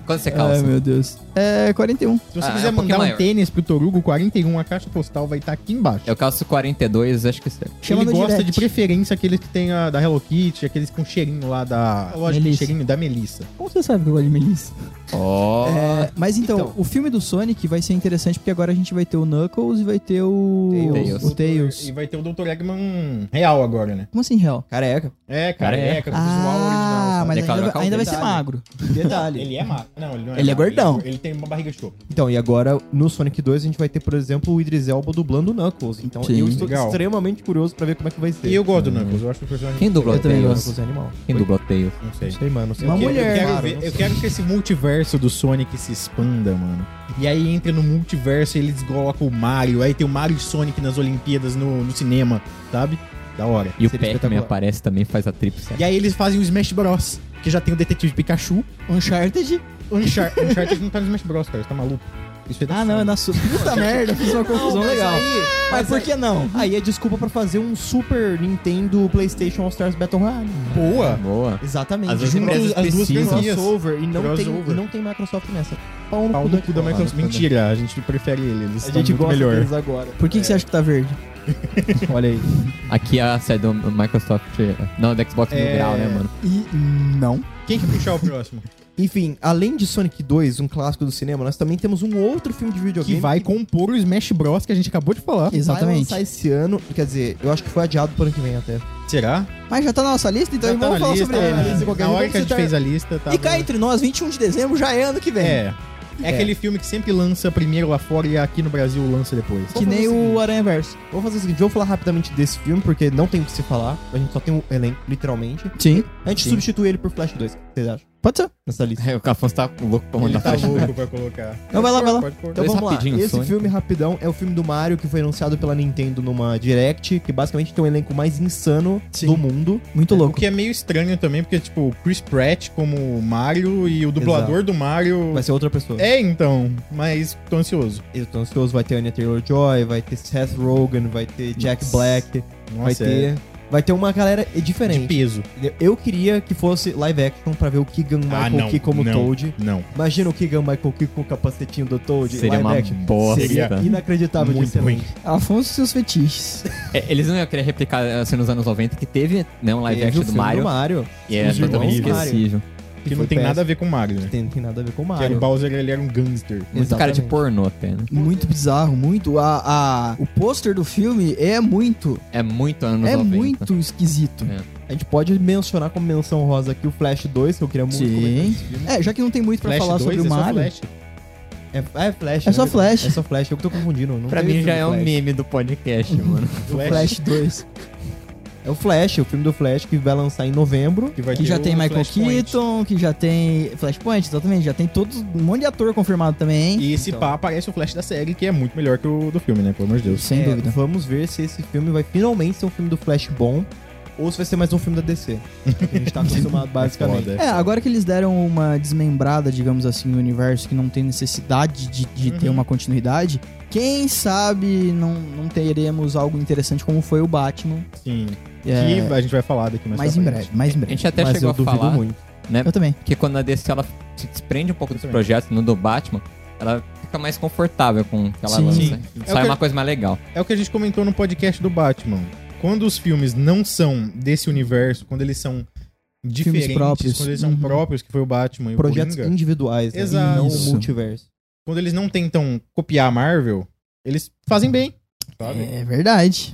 D: Quando você
A: Ai,
D: calça?
A: meu Deus. É 41.
C: Se você
D: Ah,
C: quiser
D: é um pouquinho
C: mandar um
D: maior. É
C: tênis pro Torugo 41, a caixa postal vai estar aqui embaixo.
D: Eu calço 42, acho que isso é.
A: Chama
C: ele
A: no
C: gosta
A: direct.
C: de preferência aqueles que tem a da Hello Kitty, aqueles com cheirinho lá da. A loja
A: Melissa.
C: de cheirinho da Melissa.
A: Como você sabe que eu gosto de Melissa?
D: Ó.
A: É, mas então,
B: Então.
A: o filme do Sonic vai ser interessante, porque agora a gente vai ter o Knuckles e vai ter o.
D: Tails.
A: O Tails.
C: E vai ter o Dr. Eggman real agora, né?
A: Como assim, real?
B: Careca.
C: É, careca, com visual
A: Ah,
C: original.
A: mas
D: É
A: ainda,
D: claro,
A: vai- ainda vai ser
B: detalhe.
A: magro.
B: Detalhe.
C: Ele é magro. Não, ele não é
A: Ele é
C: magro,
A: gordão.
C: Ele, ele tem uma barriga de chope.
B: Então, e agora no Sonic 2 a gente vai ter, por exemplo, o Idris Elba dublando o Knuckles. Então
A: Sim.
B: eu estou
C: Legal.
B: extremamente curioso pra ver como é que vai ser.
C: E eu gosto do Knuckles, eu acho que o personagem.
D: Quem dublou
A: Eu
D: o
A: também
D: Tails?
B: Knuckles é animal.
D: Quem dublou o Tails?
C: Não sei.
B: Não sei, mano. não
A: é?
B: sei
A: Uma
B: o que.
C: Eu-
A: mulher,
C: Eu quero,
B: Claro,
C: ver-
B: não
C: eu
B: sei.
C: quero que esse multiverso do Sonic se expanda, mano. E aí entra no multiverso e eles colocam o Mario. Aí tem o Mario e Sonic nas Olimpíadas no, no cinema, sabe? Da hora.
D: E o
B: Seria
D: Pac-Man
B: espetacular.
D: aparece também, faz a tríplice.
C: E aí eles fazem o Smash Bros. Que já tem o Detetive Pikachu.
A: Uncharted?
C: O Unchar- Uncharted não tá no Smash Bros, cara. Você tá maluco? Isso é da
A: Ah, não, é
C: Sony.
A: na sua. Puta merda, fiz
B: é
A: uma confusão
B: mas
A: legal.
B: aí-
A: mas por que não?
B: Aí é desculpa pra fazer um Super Nintendo PlayStation All Stars Battle Royale.
C: Boa!
D: Boa.
B: Exatamente.
D: Às vezes
B: Junta
D: empresas
B: as duas
D: precisam.
B: franquias. crossover e não
C: Crossover.
B: tem e não tem Microsoft nessa. Pau
C: Pau no cu da
B: Microsoft.
C: Microsoft. Mentira, a gente prefere ele. Eles
B: A
C: estão
B: gente
C: muito
B: gosta
C: melhor.
B: deles agora. É.
A: Por que, que você acha que tá verde?
B: Olha aí.
D: Aqui é a sede do Microsoft. Não, do Xbox Mil
C: É.
D: Grau, né, mano?
A: E não.
C: Quem que puxar o próximo?
B: Enfim, além de Sonic 2, um clássico do cinema, nós também temos um outro filme de
C: que
B: videogame
C: vai compor o Smash Bros que a gente acabou de falar.
A: Isso. Exatamente.
B: Vai lançar esse ano, quer dizer, eu acho que foi adiado pro ano que vem até.
C: Será?
A: Mas já tá na nossa lista, tá então
C: Já tá
A: vamos
C: na
A: falar
C: lista,
A: sobre
C: tá
A: ele.
C: na lista,
A: Qualquer
C: Na
A: jeito,
C: hora
A: vamos
C: que a tá- gente
A: citar-
C: fez a lista,
A: E
C: tava-
A: cá entre nós, 21 de dezembro já é ano que vem.
C: É. É aquele filme que sempre lança primeiro lá fora e aqui no Brasil lança depois.
A: Que nem o Aranha Verso.
B: Vamos fazer o seguinte, vamos falar rapidamente desse filme, porque não tem o que se falar. A gente só tem o elenco, literalmente.
A: Sim.
B: A gente
C: Sim.
B: substitui ele por Flash 2, o que vocês acham?
A: Pode ser.
B: Nessa lista.
D: O Cafonso tá louco pra mandar
C: Ele tá
D: faixa.
C: louco pra colocar.
A: Então vai lá, vai lá.
C: Pode pôr.
B: Então
D: Dois
B: vamos lá.
D: rapidinhos,
B: Esse
D: Sonic.
B: filme rapidão é o filme do Mario que foi anunciado pela Nintendo numa Direct, que basicamente tem o elenco mais insano
A: Sim.
B: do mundo.
A: Muito
C: O
A: louco.
C: que é meio estranho também, porque, tipo, o Chris Pratt como o Mario e o dublador do Mario.
B: Vai ser outra pessoa.
C: É, então, mas tô ansioso.
B: um- Eu tô ansioso, vai ter Anya Taylor-Joy, vai ter Seth Rogen, vai ter Jack
A: Nossa.
B: Black, vai
C: Nossa, é
B: ter... Vai ter uma galera é
C: de
B: diferente.
C: peso.
B: Eu queria que fosse live action pra ver o Keegan
C: Ah,
B: Michael
C: não,
B: Key como
C: não.
B: Toad.
C: Não.
B: Imagina o Keegan Michael Key com o capacetinho do Toad.
D: Seria
B: live
D: uma
B: action.
D: bosta.
B: Seria inacreditável de
C: Muito
B: excelente.
C: ruim.
A: Afonso e seus fetiches.
D: É, Eles não iam querer replicar assim nos anos 90, que teve, né, um live
B: Teve
D: action
B: o
D: do
B: filme
D: Mario. E é
B: Os irmãos
D: totalmente
B: do Mario.
D: esquecível.
C: Que, não
B: foi
C: tem
B: péssimo.
C: nada a ver com o Mario,
D: É.
C: né?
B: Tem, não tem nada a ver com o
C: Porque o
B: Mario.
C: Bowser, ele era um gangster.
D: Muito cara de
B: Exatamente.
D: pornô até, né?
A: Muito bizarro, muito. A, a- o pôster do filme é muito.
D: É muito anos
A: é
D: 90.
A: muito esquisito.
D: É.
B: A gente pode mencionar como menção rosa aqui o Flash 2, que eu queria muito
A: Sim.
B: comentar esse filme.
A: É, já que não tem muito pra
C: Flash
A: falar
C: 2
A: sobre
C: é
A: o
C: só
A: Mario.
C: Flash.
B: É, é Flash.
A: É só
B: né?
A: Flash.
B: É só Flash, eu que tô confundindo. Não
D: Pra
B: teve
D: mim já
B: filme
D: é um
B: Flash.
D: meme do podcast, mano.
C: Flash.
A: Flash 2.
B: É o Flash, o filme do Flash que vai lançar em novembro.
C: Que, vai
A: Que
C: ter
A: já
C: o
A: tem Michael
C: Flashpoint.
A: Keaton, que já tem Flashpoint, exatamente. Já tem todos, um monte de ator confirmado também, hein?
C: E esse
B: Então.
C: pá aparece o Flash da série, que é muito melhor que o do filme, né? Pelo amor de Deus.
A: Sem
B: É,
A: dúvida.
B: Vamos ver se esse filme vai finalmente ser um filme do Flash bom ou se vai ser mais um filme da DC. que a gente tá acostumado basicamente.
C: Foda.
A: É, agora que eles deram uma desmembrada, digamos assim, do universo, que não tem necessidade de, de ter
C: Uhum.
A: uma continuidade, quem sabe não, não teremos algo interessante como foi o Batman.
C: Sim.
A: É,
C: Que a gente vai falar daqui mais
A: mais
C: pra
A: em
C: frente.
A: breve, mais em
D: A
A: breve.
D: gente até
B: mas
D: chegou
B: eu
D: a
B: duvido
D: falar,
B: muito.
D: né?
A: Eu também.
D: Porque quando a DC ela se desprende um pouco dos
C: Exatamente.
D: projetos, no do Batman, ela fica mais confortável com o que ela
A: Sim.
D: lança.
C: Sim. É o
D: Sai
C: que-
D: uma coisa mais legal.
C: É o que a gente comentou no podcast do Batman. Quando os filmes não são desse universo, quando eles são diferentes,
A: próprios.
C: quando eles são
A: Uhum.
C: próprios, que foi o Batman e
B: Projetos
C: o Coringa,
B: individuais, né?
C: Exato.
B: E não
A: Isso.
B: o multiverso.
C: quando eles não tentam copiar a Marvel, eles fazem bem, sabe?
A: É verdade.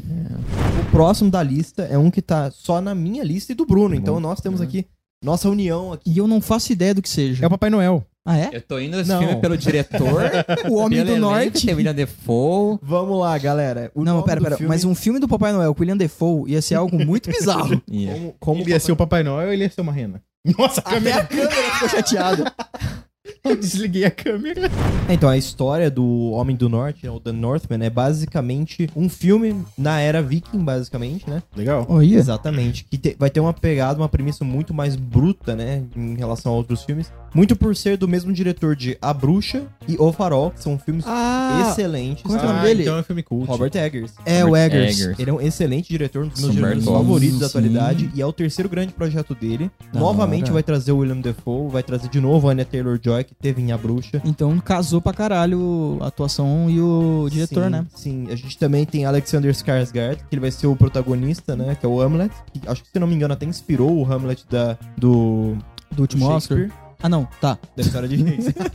B: O próximo da lista é um que tá só na minha lista e do Bruno. Então
D: Bom,
B: nós
A: Uhum.
B: temos
D: né?
B: aqui nossa união aqui.
A: E eu não faço ideia do que seja.
C: É o Papai Noel.
A: Ah, é?
D: Eu tô indo nesse
B: Não.
D: filme pelo diretor,
A: O Homem
D: pelo
A: do
D: elenco,
A: Norte.
D: tem William Defoe.
B: Vamos lá, galera. O
A: Não,
B: nome
A: pera,
B: do
A: pera.
B: filme-
A: Mas um filme do Papai Noel com William Defoe ia ser algo muito bizarro.
D: E é
B: Como, como
C: Ele ia ser o Papai Noel ele ia ser uma rena. Nossa, a
A: Até
C: câmera.
A: a câmera ficou chateada. é?
C: Eu desliguei a câmera.
B: Então, a história do Homem do Norte, né, o The Northman, é basicamente um filme na era viking, basicamente, né?
C: Legal.
A: Olha.
B: Exatamente. Que te- vai ter uma pegada, uma premissa muito mais bruta, né? Em relação a outros filmes. Muito por ser do mesmo diretor de A Bruxa e O Farol, que são filmes
A: Ah,
B: excelentes.
A: como é que é o
B: Ah,
A: nome dele?
C: então é um filme cult.
B: Robert Eggers.
A: é o
D: Robert
A: Eggers.
D: Eggers.
B: Ele é um excelente diretor, um dos meus
D: Super
B: diretores
D: bom.
B: favoritos da
A: Sim.
B: atualidade. E é o terceiro grande projeto dele.
A: Da
B: Novamente
A: hora.
B: vai trazer o William Defoe, vai trazer de novo a Anya Taylor-Joy, que teve em A Bruxa.
A: Então casou pra caralho a atuação e o diretor,
B: Sim,
A: né?
B: Sim, a gente também tem Alexander Skarsgård, que ele vai ser o protagonista, né? Que é o Hamlet. que acho que, se não me engano, até inspirou o Hamlet da, do,
A: Do último
B: do
A: Oscar.
B: Shakespeare,
A: Ah, não. Tá.
B: Da história de Shakespeare.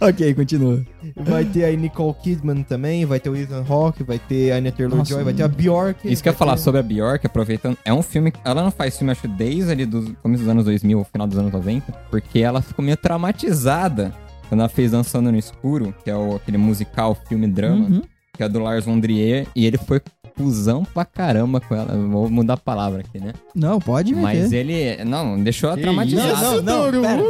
A: ok, continua.
B: vai ter aí Nicole Kidman também, vai ter o Ethan Hawke, vai ter a Anya Taylor-Joy,
A: Nossa,
B: vai ter a Bjork.
D: Isso que eu ia
B: vai
D: falar
B: ter-
D: sobre a Bjork, aproveitando. É um filme. Ela não faz filme, acho que desde ali do começo dos anos 2000, ou final dos anos 90, porque ela ficou meio traumatizada quando ela fez Dançando no Escuro, que é o, aquele musical, filme drama,
A: Uhum.
D: que é do Lars von Trier, e ele foi cuzão pra caramba com ela. Eu Vou mudar a palavra aqui, né?
A: Não, pode
D: Mas
A: meter.
D: ele. Não, deixou ela traumatizada.
A: isso? não, não, pera,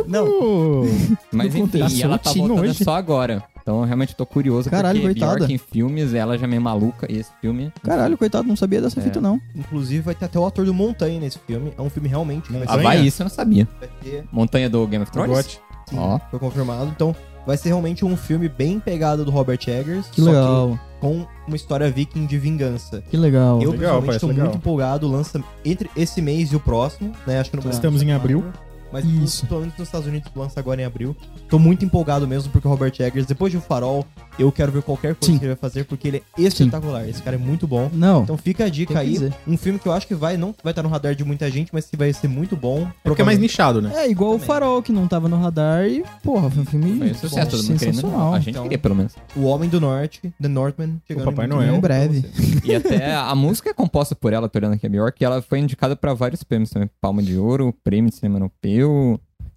D: Mas
A: do
D: enfim,
A: contexto.
D: e ela tá
C: Soltinho
D: voltando
C: hoje.
D: só agora. Então eu realmente tô curioso,
A: Caralho,
D: porque
A: coitada.
D: Bjork em filmes, ela já é meio maluca, e esse filme...
A: Caralho, coitado, não sabia dessa
D: É.
A: fita, não.
B: Inclusive, vai ter até o ator do Montanha nesse filme. É um filme realmente. que
D: Ah,
C: Montanha?
D: vai isso, eu não sabia.
B: Vai ter,
D: Montanha do Game of Thrones?
C: Gote.
B: sim,
D: Ó.
B: foi confirmado. Então, vai ser realmente um filme bem pegado do Robert Eggers.
A: Que
B: só
A: legal,
B: com uma história viking de vingança.
A: que legal.
B: Eu
C: Legal,
B: pessoalmente
C: parece
B: tô
C: legal.
B: muito empolgado, lança entre esse mês e o próximo, né? Acho que no
A: Tá.
B: Brasil
C: Estamos em
B: lança
C: abril.
B: Mas
A: Isso.
B: pelo menos nos Estados Unidos lança agora em abril. Tô muito empolgado mesmo porque o Robert Eggers, depois de O Farol, eu quero ver qualquer coisa
A: Sim.
B: que ele vai fazer porque ele é espetacular. Esse cara é muito bom.
A: Não,
B: Então fica a
A: tem
B: dica
A: que
B: aí.
A: dizer.
B: Um filme que eu acho que vai não vai estar no radar de muita gente, mas que vai ser muito bom.
C: Porque é mais nichado, né?
A: É igual o Farol, que não tava no radar e, porra, foi um filme
D: Foi um sucesso, todo mundo queria, né?
A: sensacional.
D: A gente
B: Então-
D: queria, pelo menos.
B: O Homem do Norte, The Northman, chegando
C: Papai
B: em
C: Noel.
A: Em breve.
B: pra você.
D: E até a música é composta por ela, tô olhando aqui a Bjork, e ela foi indicada pra vários prêmios também. Palma de Ouro, Prêmio de Cinema Europeu...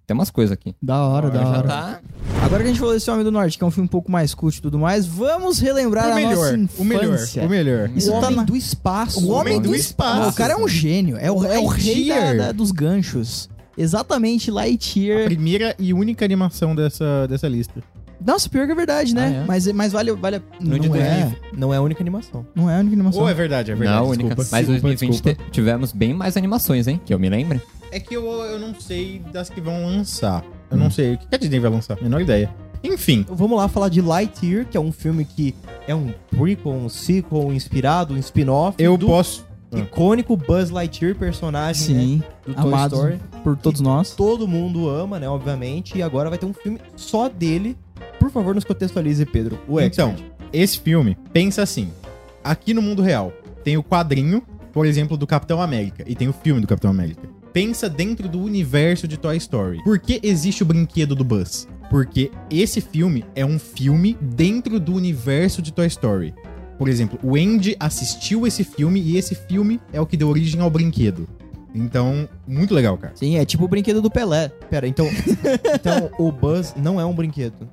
D: Tem umas coisas aqui.
A: Da hora, da
C: Agora já
A: hora.
D: Tá...
A: Agora que a gente falou desse Homem do Norte, que é um filme um pouco mais curto e tudo mais, vamos relembrar
C: o
A: a nossa
C: melhor,
A: infância.
C: o melhor, o melhor.
A: Isso
B: o
A: tá
B: Homem
A: na-
B: do Espaço.
A: O Homem
D: Homem
A: do
D: do
A: Espaço. O
D: Espaço.
A: cara é um gênio. É o, é o rei da-
C: Lightyear.
A: da- dos ganchos. Exatamente,
C: A
A: Lightyear.
C: primeira e única animação dessa, dessa lista.
A: Nossa, pior que é verdade, né?
D: Ah, é?
A: Mas, mas vale, vale a...
B: No de
A: Não é,
B: 2000. Não é a única animação.
A: não é a única animação.
C: Ou é verdade, é verdade.
D: não, a única.
C: desculpa.
D: Mas em
C: Desculpa,
D: 2020
C: desculpa.
D: te- tivemos bem mais animações, hein? Que eu me lembro.
C: É que eu, eu não sei das que vão lançar. Eu não sei. O que a Disney vai lançar? Menor ideia. Enfim.
B: Vamos lá falar de Lightyear, que é um filme que é um prequel, um sequel, um inspirado, um spin-off
C: Eu
B: do
C: posso. Ah.
B: icônico Buzz Lightyear, personagem né,
A: Sim,
B: do Toy
A: amado
B: Story.
A: por todos nós.
B: Todo mundo ama, né, obviamente, e agora vai ter um filme só dele. Por favor, nos contextualize, Pedro. O
C: então, esse filme, pensa assim. Aqui no mundo real, tem o quadrinho, por exemplo, do Capitão América. E tem o filme do Capitão América. Pensa dentro do universo de Toy Story. Por que existe o brinquedo do Buzz? Porque esse filme é um filme dentro do universo de Toy Story. Por exemplo, o Andy assistiu esse filme e esse filme é o que deu origem ao brinquedo. Então, muito legal, cara.
A: Sim, é tipo o brinquedo do Pelé.
B: Pera, então, então o Buzz não é um brinquedo.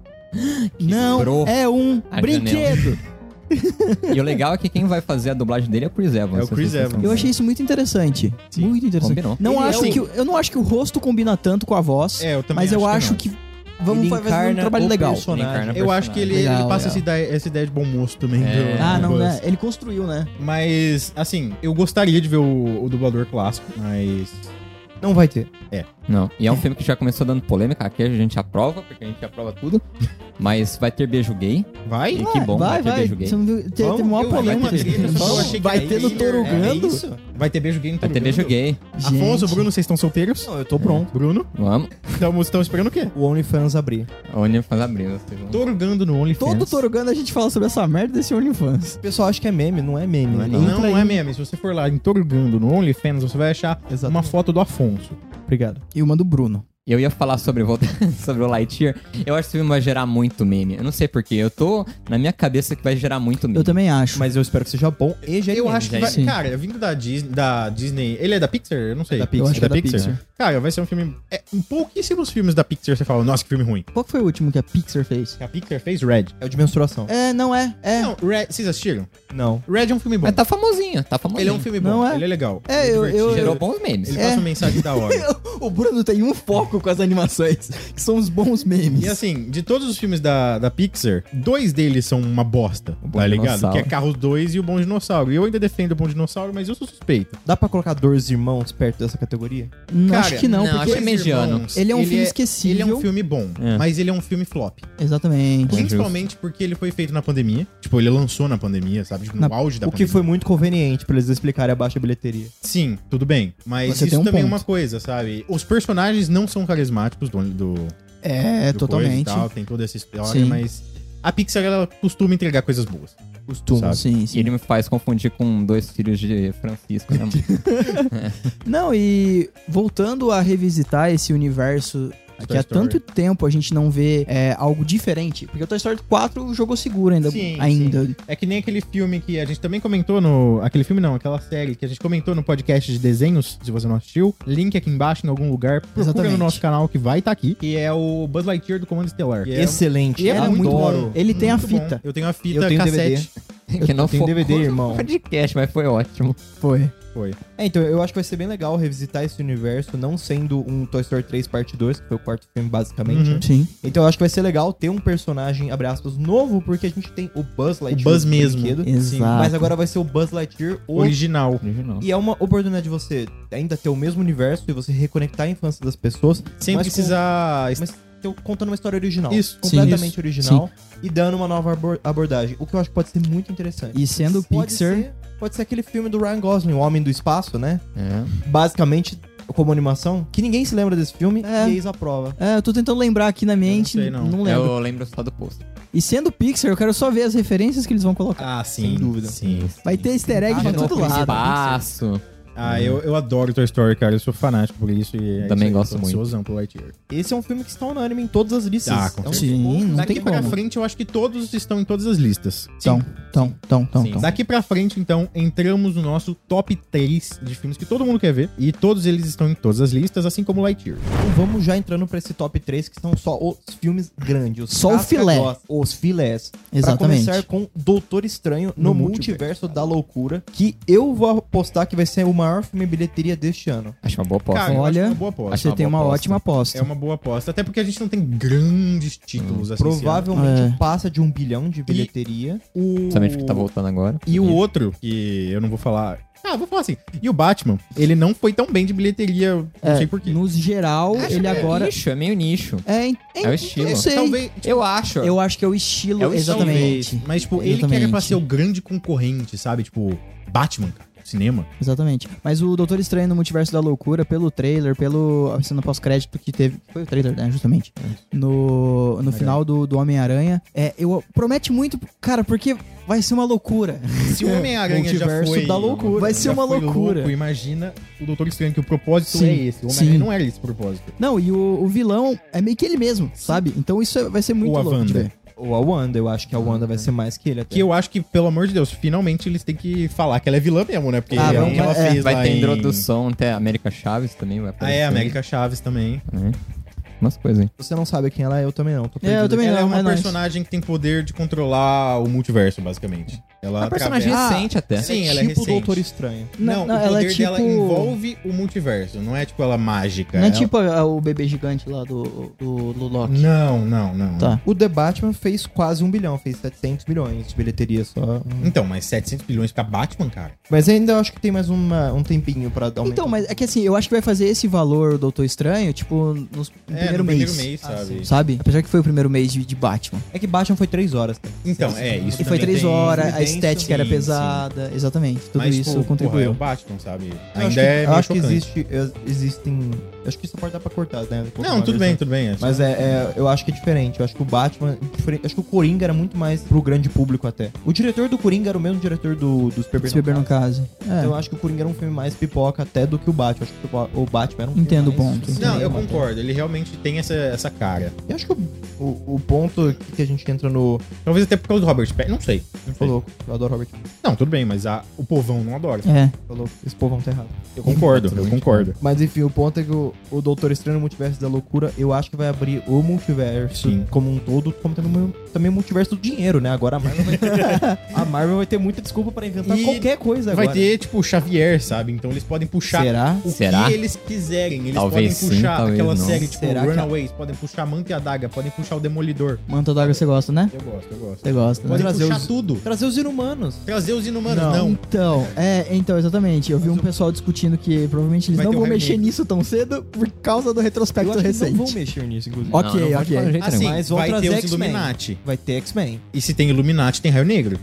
A: não,
D: bro-
A: é um
D: A
A: brinquedo.
D: E o legal é que quem vai fazer a dublagem dele é o Chris Evans.
C: É o Chris
D: Vocês
C: Evans.
D: estão-
A: Eu achei isso muito interessante.
C: Sim.
A: Muito interessante.
D: Combinou.
A: Não
B: Ele
A: acho
B: é um-
A: que, eu não acho que o rosto combina tanto com a voz,
C: É, eu também
A: mas eu acho
C: não.
A: que, vamos
B: Ele
A: fazer um
B: encarna
A: trabalho
B: o
A: legal.
B: personagem.
D: Ele encarna-
C: Eu acho que ele, ele
A: Legal,
C: passa
A: legal.
C: essa ideia, essa ideia de bom moço também.
D: É.
C: do-
A: Ah,
C: do
A: não,
C: Buzz.
A: né? Ele construiu, né?
C: Mas, assim, eu gostaria de ver o, o dublador clássico, mas.
B: Não vai ter.
C: É.
D: Não. E é um filme que já começou dando polêmica. Aqui a gente aprova, porque a gente aprova tudo. Mas vai ter beijo gay.
C: Vai?
D: E que bom, né?
A: vai,
D: vai, ter
A: vai.
D: beijo gay.
A: Você não viu? Tem, tem
C: Vamos,
A: maior
C: eu- vai
A: polêmica.
C: ter beijo,
A: gente.
C: eu
A: Vamos,
C: achei que
A: vai
C: era
A: ter no
C: isso,
A: Toro
C: é
A: Gando.
B: isso?
C: Vai ter beijo gay no
D: Vai ter beijo gay.
C: Afonso,
A: Gente.
C: Bruno, vocês estão solteiros?
B: Não, eu tô pronto.
C: Bruno,
D: Vamos.
C: estamos, estamos esperando o quê?
B: O OnlyFans abrir.
D: A OnlyFans abriu. vocês vão-
C: Torgando no OnlyFans.
A: Todo Toro Gando a gente fala sobre essa merda desse OnlyFans.
B: O pessoal acha que é meme, não é meme.
D: Não é
B: né?
D: não.
C: Não,
A: Entra
C: é
A: aí.
C: meme. Se você for lá em Torgando no OnlyFans, você vai achar
B: Exatamente.
C: uma foto do Afonso.
B: Obrigado.
A: E uma do Bruno.
D: Eu ia falar sobre, voltar sobre o Lightyear. Eu acho que esse filme vai gerar muito meme. Eu não sei porquê. Eu tô na minha cabeça que vai gerar muito meme.
A: Eu também acho.
B: Mas eu espero que seja bom e genial.
C: Eu acho que
D: gente.
C: vai...
A: Sim.
C: Cara, vindo da Disney, da Disney... Ele é da Pixar? Eu não sei.
B: Da Pixar.
C: É da,
A: Eu acho que é da
C: Pixar. Cara, vai ser um filme... É, em pouquíssimos filmes da Pixar você fala, nossa, que filme ruim.
A: Qual que foi o último que a Pixar fez?
C: Que a Pixar fez Red.
B: É o de menstruação.
A: É, não é. É,
C: Não, Red... Vocês assistiram?
B: Não.
C: Red é um filme bom.
D: Mas tá famosinho, tá famosinho.
C: Ele é um filme bom.
A: Não é?
C: Ele é legal.
A: é eu, eu,
D: Gerou
A: eu-
D: bons memes.
C: Ele
A: É.
C: passa uma mensagem da hora.
A: O Bruno tem um foco com as animações, que são os bons memes.
C: E assim, de todos os filmes da, da Pixar, dois deles são uma bosta,
D: Bom
C: tá ligado?
D: Dinossauro.
C: Que é Carros 2 e o Bom Dinossauro. E eu ainda defendo o Bom Dinossauro, mas eu sou suspeito.
B: Dá pra colocar 12 irmãos perto dessa categoria?
A: não,
C: cara,
A: acho que não,
D: não,
A: porque...
D: acho que é mediano.
A: Ele é um filme esquecível.
C: Ele é um filme bom,
D: É.
C: mas ele é um filme flop.
A: Exatamente.
C: Principalmente porque ele foi feito na pandemia. Tipo, ele lançou na pandemia, sabe? Tipo, no
A: Na-
C: auge da
B: o que
C: pandemia.
B: foi muito conveniente pra eles explicarem a baixa bilheteria.
C: Sim, tudo bem. Mas
A: Você tem
C: isso
A: um
C: também é
A: ponto.
C: uma coisa, sabe? Os personagens não são carismáticos do, do,
A: É,
C: do coisa e
A: totalmente.
C: tal, tem toda essa história,
A: Sim.
C: mas a Pixar ela costuma entregar coisas boas.
A: Costumo,
C: sabe?
A: sim,
D: E
A: sim.
D: ele me faz confundir com dois filhos de Francisco. né?
A: Não, e voltando a revisitar esse universo que há
C: Story.
A: tanto tempo a gente não vê é, algo diferente. Porque o Toy Story 4 jogou seguro ainda.
C: Sim,
A: ainda.
C: É que nem aquele filme que a gente também comentou no. Aquele filme não, aquela série que a gente comentou no podcast de desenhos, se você não assistiu. Link aqui embaixo em algum lugar. Procura
A: Exatamente.
C: no nosso canal que vai estar aqui. Que é o Buzz Lightyear do Comando Estelar. Que é
B: Excelente.
A: Era muito
B: um Adoro.
A: bom. Ele tem a
C: muito bom.
A: fita. um
C: Eu tenho a fita
B: Eu tenho
C: cassete.
D: que não
B: tenho
D: focou
B: DVD,
D: no
B: irmão.
D: podcast, mas foi ótimo.
A: Foi.
C: Foi.
B: É, então, eu acho que vai ser bem legal revisitar esse universo, não sendo um Toy Story 3 parte 2, que foi o quarto filme, basicamente.
C: Uhum.
A: Sim.
B: Então, eu acho que vai ser legal ter um personagem, abre aspas, novo, porque a gente tem o Buzz Lightyear.
C: Buzz
B: do
C: mesmo.
B: brinquedo,
A: Exato.
B: Mas agora vai ser o Buzz Lightyear o...
C: Original.
D: Original.
B: E é uma oportunidade de você ainda ter o mesmo universo e você reconectar a infância das pessoas,
C: Sem
B: Mas com-
C: precisar.
B: mas ter- contando uma história original.
C: Isso, sim,
B: Completamente
C: isso,
B: original. E dando uma nova abor- abordagem. O que eu acho que pode ser muito interessante.
A: E sendo
B: pode
A: Pixar.
B: Ser, pode ser aquele filme do Ryan Gosling, O Homem do Espaço, né?
D: É.
B: Basicamente, como animação, que ninguém se lembra desse filme
A: É.
B: e eis a prova.
A: É, eu tô tentando lembrar aqui na mente.
C: sei,
A: não.
C: não.
A: lembro.
D: Eu lembro só do post.
A: E sendo Pixar, eu quero só ver as referências que eles vão colocar.
C: Ah, sim.
B: Sem dúvida.
C: Sim.
A: Vai ter easter egg
B: Ah,
A: pra
B: de novo
A: todo
B: com esse
A: lado.
D: Espaço.
C: Ah, eu, eu adoro Toy Story, cara. Eu sou fanático por isso. E é
D: Também
C: isso aí,
D: gosto
C: sou
D: muito.
C: ansiosão pelo Lightyear.
B: Esse é um filme que está unânime em todas as listas.
C: Ah, com
B: é um
A: certeza.
B: filme
A: Sim,
B: bom.
A: não
C: Daqui
A: tem
C: pra
A: como.
C: frente, eu acho que todos estão em todas as listas.
A: Então, então, então, então,
D: Sim.
A: então.
C: Daqui pra frente, então, entramos no nosso top 3 de filmes que todo mundo quer ver. E todos eles estão em todas as listas, assim como Lightyear.
B: Então vamos já entrando pra esse top 3, que são só os filmes grandes. Os
A: Só o
B: casca
A: filé.
B: grossa, Os filés.
A: Exatamente.
B: Pra começar com Doutor Estranho no,
C: No
B: multiverso, da Loucura, que eu vou apostar que vai ser o maior filme bilheteria deste ano.
D: Acho uma boa aposta.
C: Cara, eu acho
A: Olha,
C: que é uma boa aposta.
A: Você tem uma
D: aposta.
A: ótima aposta.
C: É uma boa aposta. Até porque a gente não tem grandes
B: Hum,
C: títulos assim.
B: Provavelmente
A: É.
B: passa de um bilhão de bilheteria.
C: O...
D: Principalmente que tá voltando agora.
C: E o outro, que eu não vou falar. Ah, vou falar assim. E o Batman, ele não foi tão bem de bilheteria, eu não
A: É,
C: sei porquê.
A: No geral,
D: Acho
A: ele
D: meio
A: agora.
D: nicho, é meio nicho.
A: É, en-
D: É o estilo.
A: Não sei.
C: Talvez.
D: Eu acho.
A: Eu acho que é o estilo,
D: É o estilo,
A: exatamente.
C: um talvez, Mas, tipo, ele que
A: Exatamente.
C: era pra ser o grande concorrente, sabe? Tipo, Batman, cara. Cinema.
A: Exatamente. Mas o Doutor Estranho no Multiverso da Loucura, pelo trailer, pelo a cena pós-crédito que teve. Foi o trailer, né? Justamente.
C: É
A: No, no final do, do Homem-Aranha. É, eu promete muito, cara, porque vai ser uma loucura.
C: Se
A: É,
C: o Homem-Aranha já
B: multiverso
C: foi...
B: da loucura.
A: Vai ser
C: já
A: uma
C: foi
A: loucura.
C: louco, imagina o Doutor Estranho, que o propósito
A: Sim,
C: é esse. O Homem-Aranha
A: sim.
C: não era esse propósito.
A: Não, e o, o vilão é meio que ele mesmo, sabe? Então isso é- vai ser muito
C: Ou a
A: louco de
C: Wanda.
A: ver.
B: Ou a Wanda, eu acho que a Wanda vai ser mais que ele até.
C: Que eu acho que, pelo amor de Deus, finalmente eles têm que falar que ela é vilã mesmo, né? Porque
A: Ah,
C: é o
A: vamos-
C: que ela
A: é,
C: fez
D: Vai
C: lá
D: ter
C: em-
D: introdução até América Chaves também. Vai
C: Ah, é,
D: aparecer.
C: América Chaves também.
D: Né? umas coisas, hein?
B: Você não sabe quem ela é, eu também não. Tô
A: É, eu
B: perdido.
A: também
C: Ela é
A: não,
C: uma
A: é nóis.
C: personagem que tem poder de controlar o multiverso, basicamente. Ela
D: Uma personagem
C: atravessa-
D: recente né? até.
C: Tá sim, ela é
B: tipo o
C: recente.
B: Doutor Estranho.
C: Não,
A: Não,
C: o
A: ela é
C: poder dela
A: tipo-
C: envolve o multiverso. Não é tipo ela mágica.
A: Não é
C: ela-
A: tipo a- o bebê gigante lá do, do, do Loki.
C: Não, não, não.
A: Tá.
B: O The Batman fez quase um bilhão, fez 700 milhões de bilheteria só.
C: Então, mas 700 bilhões pra Batman, cara.
B: Mas ainda eu acho que tem mais uma- um tempinho pra aumentar.
A: Então, mas é que assim, eu acho que vai fazer esse valor Doutor Estranho, tipo, nos, no
C: É,
A: primeiro
C: no
A: mês. Ah,
C: primeiro mês, sabe?
A: Sabe? Apesar que foi o primeiro mês de, de Batman.
B: É que Batman foi 3 horas. Tá?
C: Então, é, isso
A: E foi
C: também
A: três
C: tem-
A: horas, a
B: evidência,
A: estética era
C: sim, sim.
A: pesada, exatamente. Tudo
C: Mas,
A: isso
C: pô, porra, é
A: contribuiu.
C: o
B: um
C: Batman, sabe?
B: Eu
C: Ainda
B: acho que,
C: é
B: eu
C: meio
B: acho que
C: chocante.
B: existe, eu- existem... eu Acho que isso pode dar pra cortar, né?
A: um
B: Colocar
C: Não,
B: uma versão.
C: tudo bem, tudo bem. é só-
B: Mas é, é- eu acho que é diferente. Eu acho que o Batman. diferen- Acho que o Coringa era muito mais pro grande público até. O diretor do Coringa era o mesmo diretor do, do Superman.
A: Se beber no caso.
B: Então eu
A: É,
B: acho que o Coringa era um filme mais pipoca até do que o Batman. Eu acho que o Ba- o Batman era um filme
A: Entendo o
B: mais-
A: ponto.
C: Não, eu concordo. Ele realmente tem essa, essa cara.
B: Eu acho que o, o, o ponto que a gente entra no.
C: Talvez até por causa do Robert Pattinson. Não sei. Não,
B: Ô,
C: sei.
B: louco, eu adoro Robert.
C: Não, tudo bem, mas a- o povão não adora.
A: é.
B: Ô, louco, esse povo tá errado.
C: Eu concordo, eu concordo.
B: Mas enfim, o ponto é que o, o Doutor Estranho no Multiverso da Loucura, eu acho que vai abrir o multiverso
C: Sim.
B: como um todo, como também, o- também o multiverso do dinheiro, né? Agora a Marvel vai ter, a Marvel vai ter muita desculpa pra inventar
C: E
B: qualquer coisa agora.
C: Vai ter, tipo, o Xavier, sabe? Então eles podem puxar
B: Será?
C: o
D: Será?
C: que eles quiserem. Eles
D: Talvez
C: podem
D: sim,
C: puxar
D: talvez
C: aquela
D: não.
C: série, tipo,
B: Será que-
C: Runaways. Podem puxar Manta e a Daga, podem puxar o Demolidor.
A: Manta d'água você gosta, né?
C: Eu gosto, eu gosto.
A: Você gosta, né?
C: Podem
B: Trazer
C: puxar
B: os-
C: tudo.
B: Trazer os inumanos.
C: Trazer os inumanos,
B: Não.
C: não.
A: Então, é, então, exatamente. Eu vi um pessoal discutindo que provavelmente eles
C: Vai
A: não
C: ter o
A: vão
C: remake.
A: mexer nisso tão cedo por causa do
C: Tá
B: Eu
A: retrospecto
B: acho que eles não
A: recente.
B: vão mexer nisso, inclusive.
A: Ok,
D: Não, não pode
A: ok.
D: falar de jeito
C: Assim,
D: nenhum.
B: Mas vão
C: vai ter
B: trazer
C: os
B: X-Men.
C: Illuminati.
B: Vai ter X-Men.
C: E se tem Illuminati, tem Raio Negro.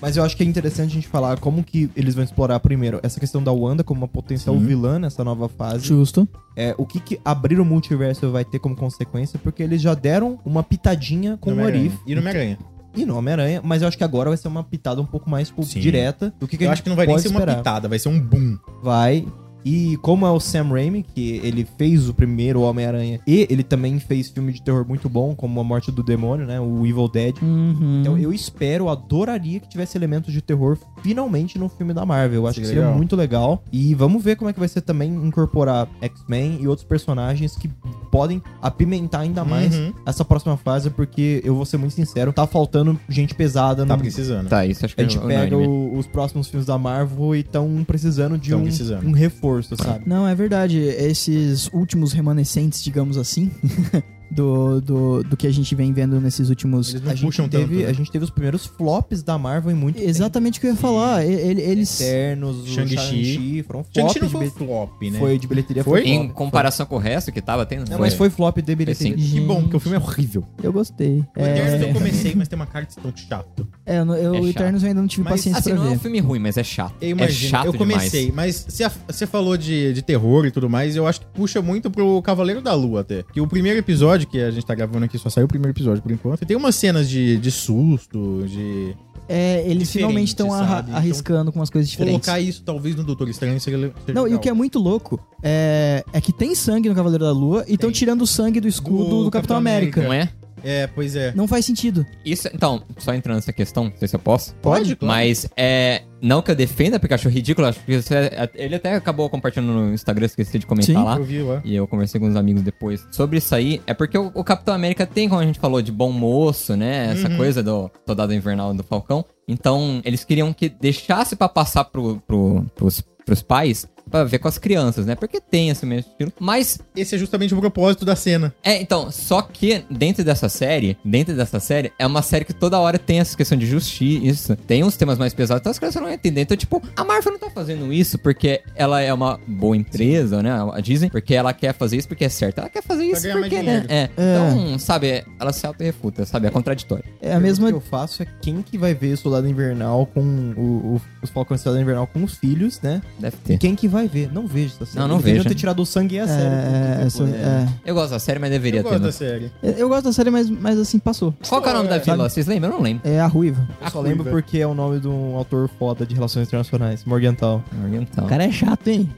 B: Mas eu acho que é interessante a gente falar como que eles vão explorar primeiro essa questão da Wanda como uma potencial
C: Sim.
B: vilã nessa nova fase.
A: Justo.
B: É, o que, que abrir o multiverso vai ter como consequência, porque eles já deram uma pitadinha com
C: No
B: o
C: Homem-Aranha.
B: Arif
C: E no Homem-Aranha.
B: e no Homem-Aranha, mas eu acho que agora vai ser uma pitada um pouco mais tipo,
C: Sim.
B: direta do que, que
C: Eu
B: a
C: acho
B: gente
C: que não vai nem
B: pode
C: ser uma
B: esperar.
C: pitada, vai ser um boom.
B: Vai. E como é o Sam Raimi, que ele fez o primeiro Homem-Aranha, e ele também fez filme de terror muito bom, como A Morte do Demônio, né? O Evil Dead.
A: Uhum.
B: Então eu espero, adoraria que tivesse elementos de terror finalmente no filme da Marvel. Eu acho que
C: Seria
B: seria
C: legal.
B: muito legal. E vamos ver como é que vai ser também incorporar X-Men e outros personagens que podem apimentar ainda mais
C: Uhum.
B: essa próxima fase, porque eu vou ser muito sincero, tá faltando gente pesada
C: Tá
B: no.
C: precisando.
D: Tá, isso acho que
B: A
D: é
B: gente pega
D: unânime.
B: o- os próximos filmes da Marvel e estão precisando de
C: Tão
B: um,
C: precisando.
B: um reforço, sabe?
A: Não, é verdade. Esses últimos remanescentes, digamos assim, do, do, do que a gente vem vendo nesses últimos.
C: Eles não puxam
B: teve,
C: tanto. né?
B: A gente teve os primeiros flops da Marvel em muito
A: Exatamente o que eu ia falar. E- ele- eles.
B: Externos, o
C: Shang-Chi.
B: Shang-Chi, foram flops
C: Shang-Chi não
B: de
C: foi
B: bilhe-
C: flop, né?
B: Foi de bilheteria.
C: Foi?
B: flop.
D: Em comparação com o resto que tava tendo.
B: Não, mas foi flop de bilheteria.
D: Foi
C: Que bom, porque o filme é horrível.
A: Eu gostei.
C: O Eternos eu
A: É,
C: comecei, mas tem uma cara de tão chato.
A: é, eu, não- eu-
D: É
A: o
D: chato.
A: Eternos eu ainda não tive
C: Mas,
A: paciência
D: Assim,
A: pra
D: não é um
A: ver.
D: filme ruim, mas é chato.
C: Eu imagino.
D: é chato
C: eu comecei,
D: demais.
C: mas você a- você falou de, de terror e tudo mais, eu acho que puxa muito pro Cavaleiro da Lua até. Que o primeiro episódio, que a gente tá gravando aqui, só saiu o primeiro episódio por enquanto. E tem umas cenas de, de susto, de
A: É, eles
C: Diferente,
A: finalmente estão
C: sabe? Então,
A: arriscando com umas coisas diferentes.
C: colocar isso talvez no Doutor Estranho seria le- seria
A: Não, e o
C: legal.
A: que é muito louco é, é que tem sangue no Cavaleiro da Lua e estão
C: Tem.
A: tirando o sangue do escudo do, Capitão, América.
D: Não é?
C: É, pois é.
A: Não faz sentido.
D: Isso, então, só entrando nessa questão, não sei se eu posso.
C: Pode, claro.
D: Mas é. Não que eu defenda Pikachu ridículo, acho que isso é- ele até acabou compartilhando no Instagram, esqueci de comentar
A: Sim.
D: lá.
C: Eu vi lá.
D: E eu conversei com uns amigos depois sobre isso aí. É porque o, o Capitão América tem, como a gente falou, de bom moço, né? Essa
C: Uhum.
D: coisa do Soldado Invernal do Falcão. Então, eles queriam que deixasse pra passar pro, pro, pros, pros pais pra ver com as crianças, né? Porque tem esse mesmo estilo. Mas
C: Esse é justamente o propósito da cena.
D: é, então, só que dentro dessa série, dentro dessa série, é uma série que toda hora tem essa questão de justiça, tem uns temas mais pesados, então as crianças não entendem. Então, tipo, a Marvel não tá fazendo isso porque ela é uma boa empresa, né? A Disney, porque ela quer fazer isso porque é certo. Ela quer fazer isso
C: ganhar mais
D: porque, né?
C: dinheiro.
D: É. Então, sabe, ela se auto-refuta, sabe? É contraditório.
A: É a mesma
B: O que eu faço é quem que vai ver Soldado Invernal com o, o- os Falcões do Soldado Invernal com os filhos, né?
D: Deve
B: E
D: ter.
B: quem que vai ver? Não vejo essa série.
D: Não, não
B: Deveriam
D: veja.
B: ter tirado o sangue e a série.
A: É,
B: por
A: essa-
B: exemplo, né?
A: é.
D: Eu gosto da série, mas deveria
C: Eu
D: ter.
C: gosto
D: né?
C: da série.
A: Eu gosto da série, mas, mas assim, passou.
D: Qual que é o nome da
C: É,
D: vila? Vocês lembram? Eu não lembro.
A: É a ruiva.
B: Eu só
C: A
B: lembro
C: ruiva.
B: porque é o nome de um autor foda de relações internacionais, Morgenthal.
A: O
D: Oriental.
A: cara é chato, hein?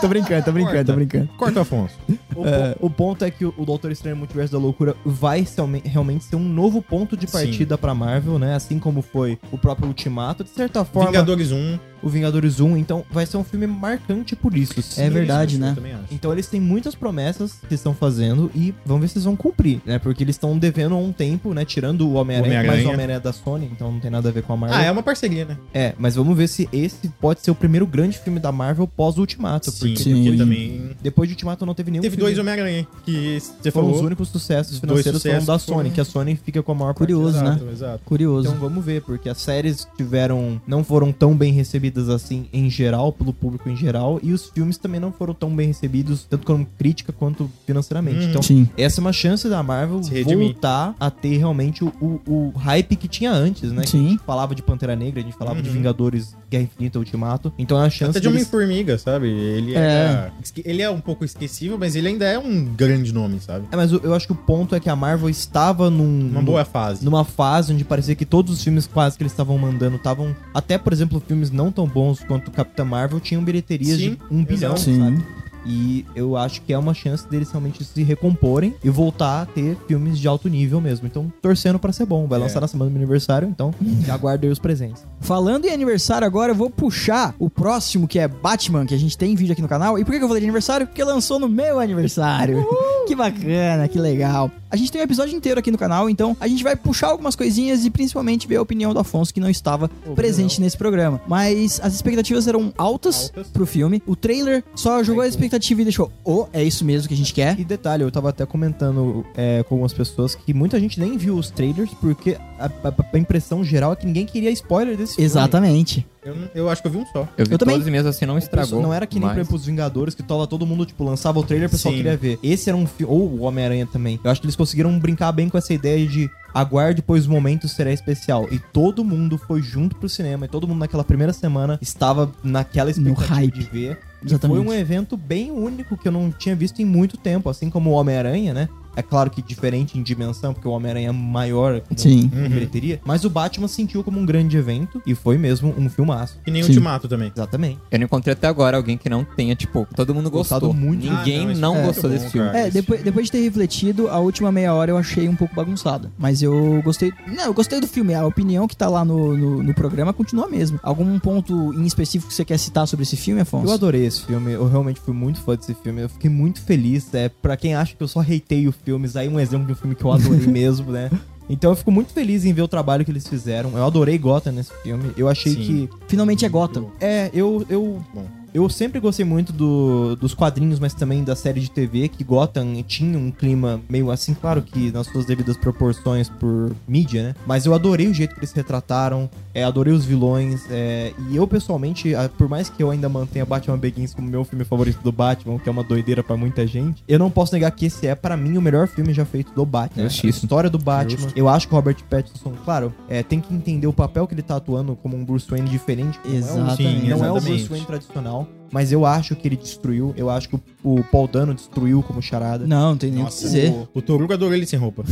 A: tô brincando, tô brincando, tô
C: Corta.
A: brincando.
C: Corta, Afonso.
B: O, po- o ponto é que o, o Doutor Estranho no Multiverso da Loucura vai ser aume- realmente ser um novo ponto de
C: Sim.
B: partida pra Marvel, né? Assim como foi o próprio Ultimato, de certa forma.
C: Vingadores 1.
B: o Vingadores 1. Então vai ser um filme marcante por isso.
A: É verdade, né?
C: Eu também acho.
B: Então eles têm muitas promessas que estão fazendo e vamos ver se eles vão cumprir, né? Porque eles estão devendo há um tempo, né? Tirando o Homem-Aranha,
C: Homem-Aranha.
B: mas o Homem-Aranha é da Sony, então não tem nada a ver com a Marvel.
C: Ah, é uma parceria, né?
B: É, mas vamos ver se esse pode ser o primeiro grande filme da Marvel pós o Ultimato.
C: Sim,
B: porque
A: Sim. um
C: porque também.
B: depois de Ultimato não teve nenhum
C: Teve
B: filme.
C: dois Homem-Aranha, que você
B: Foram
C: falou.
B: os únicos sucessos
C: Dois
B: financeiros
C: sucessos
B: foram da
C: foram-
B: Sony, que a Sony fica com a maior parte
A: Curioso, né?
C: Exato, exato.
A: Curioso.
B: Então vamos ver, porque as séries tiveram. não foram tão bem recebidas assim em geral, pelo público em geral, e os filmes também não foram tão bem recebidos, tanto como crítica quanto financeiramente.
C: Hum.
B: Então,
A: Sim.
B: essa é uma chance da Marvel
C: Se redimir.
B: voltar a ter realmente o, o- o hype que tinha antes, né? Que
A: Sim.
B: a gente falava de Pantera Negra, a gente falava de
C: Uhum.
B: Vingadores, Guerra Infinita, Ultimato. Então é a chance
C: Até de
B: deles-
C: Homem-Formiga, sabe? Ele
A: É.
C: era- esque- Ele é um pouco esquecível, mas ele ainda é um grande nome, sabe?
B: É, mas eu, eu acho que o ponto é que a Marvel estava num,
C: Uma boa fase.
B: numa fase onde parecia que todos os filmes quase que eles estavam mandando estavam. Até, por exemplo, filmes não tão bons quanto Capitã Marvel tinham bilheterias
C: Sim,
B: de um bilhão,
C: exato.
B: sabe?
A: Sim.
B: E eu acho que é uma chance deles realmente se recomporem e voltar a ter filmes de alto nível mesmo. Então, torcendo pra ser bom. Vai
C: É.
B: lançar na semana do meu aniversário, então já aguardo aí os presentes.
A: Falando em aniversário agora, eu vou puxar o próximo, que é Batman, que a gente tem vídeo aqui no canal. E por que que eu falei de aniversário? Porque lançou no meu aniversário. que bacana, que legal. A gente tem um episódio inteiro aqui no canal, então a gente vai puxar algumas coisinhas e principalmente ver a opinião do Afonso, que não estava presente nesse programa. Mas as expectativas eram altas,
C: Altas.
A: pro filme. O trailer só jogou a expectativa e deixou, oh, é isso mesmo que a gente quer.
B: E detalhe, eu tava até comentando é, com algumas pessoas que muita gente nem viu os trailers, porque a, a- a impressão geral é que ninguém queria spoiler desse filme.
A: Exatamente.
C: Eu, não- eu acho que eu vi um só.
D: Eu vi
A: Eu também-
D: todos mesmo assim, não estragou.
B: Não era que nem,
D: mas...
B: por exemplo, os Vingadores, que tava todo mundo, tipo, lançava o trailer e o pessoal
C: Sim.
B: queria ver. Esse era um filme. Ou o Homem-Aranha também. Eu acho que eles conseguiram brincar bem com essa ideia de aguarde, pois o momento será especial. E todo mundo foi junto pro cinema. E todo mundo naquela primeira semana estava naquela expectativa
A: hype.
B: de ver.
A: Exatamente.
B: Foi um evento bem único que eu não tinha visto em muito tempo, assim como o Homem-Aranha, né? É claro que diferente em dimensão, porque o Homem-Aranha é maior como
A: Sim.
B: em
C: Uhum.
B: bilheteria, mas o Batman sentiu como um grande evento e foi mesmo um filmaço.
C: Que nem
A: Sim.
C: Ultimato também.
B: Exatamente.
D: Eu não encontrei até agora alguém que não tenha, tipo, todo mundo
B: Gostado
D: gostou.
B: muito.
D: Ninguém
C: Ah, não, isso
D: não,
C: é
D: gostou
C: muito
D: desse
C: bom,
D: filme.
C: cara.
A: É,
C: Esse
A: depois, depois de ter refletido, a última meia hora eu achei um pouco bagunçada. Mas eu gostei. Não, eu gostei do filme. A opinião que tá lá no, no, no programa continua a mesma. Algum ponto em específico que você quer citar sobre esse filme, Afonso?
B: Eu adorei esse filme, eu realmente fui muito fã desse filme, eu fiquei muito feliz. É, pra quem acha que eu só reiteio filmes, aí um exemplo de um filme que eu adorei mesmo, né? Então eu fico muito feliz em ver o trabalho que eles fizeram. Eu adorei Gotham nesse filme. Eu achei
C: Sim.
B: que.
A: Finalmente é Gotham.
B: É, eu. eu
C: Bom.
B: eu sempre gostei muito do- dos quadrinhos, mas também da série de TV, que Gotham tinha um clima meio assim, claro que nas suas devidas proporções por mídia, né? Mas eu adorei o jeito que eles retrataram, é, adorei os vilões, é, e eu pessoalmente, a- por mais que eu ainda mantenha Batman Begins como meu filme favorito do Batman, que é uma doideira pra muita gente, eu não posso negar que esse é, pra mim, o melhor filme já feito do Batman.
D: Justíssimo.
B: A história do Batman. Eu acho que o Robert Pattinson, claro, é, tem que entender o papel que ele tá atuando como um Bruce Wayne diferente. não é um-
A: Exatamente.
C: Sim,
B: Não é o
C: exatamente.
B: Bruce Wayne tradicional, mas eu acho que ele destruiu. Eu acho que o- o Paul Dano destruiu como charada.
A: Não, não tem nem o que
C: Nossa,
A: dizer.
C: o, o Torugo adorou ele sem roupa.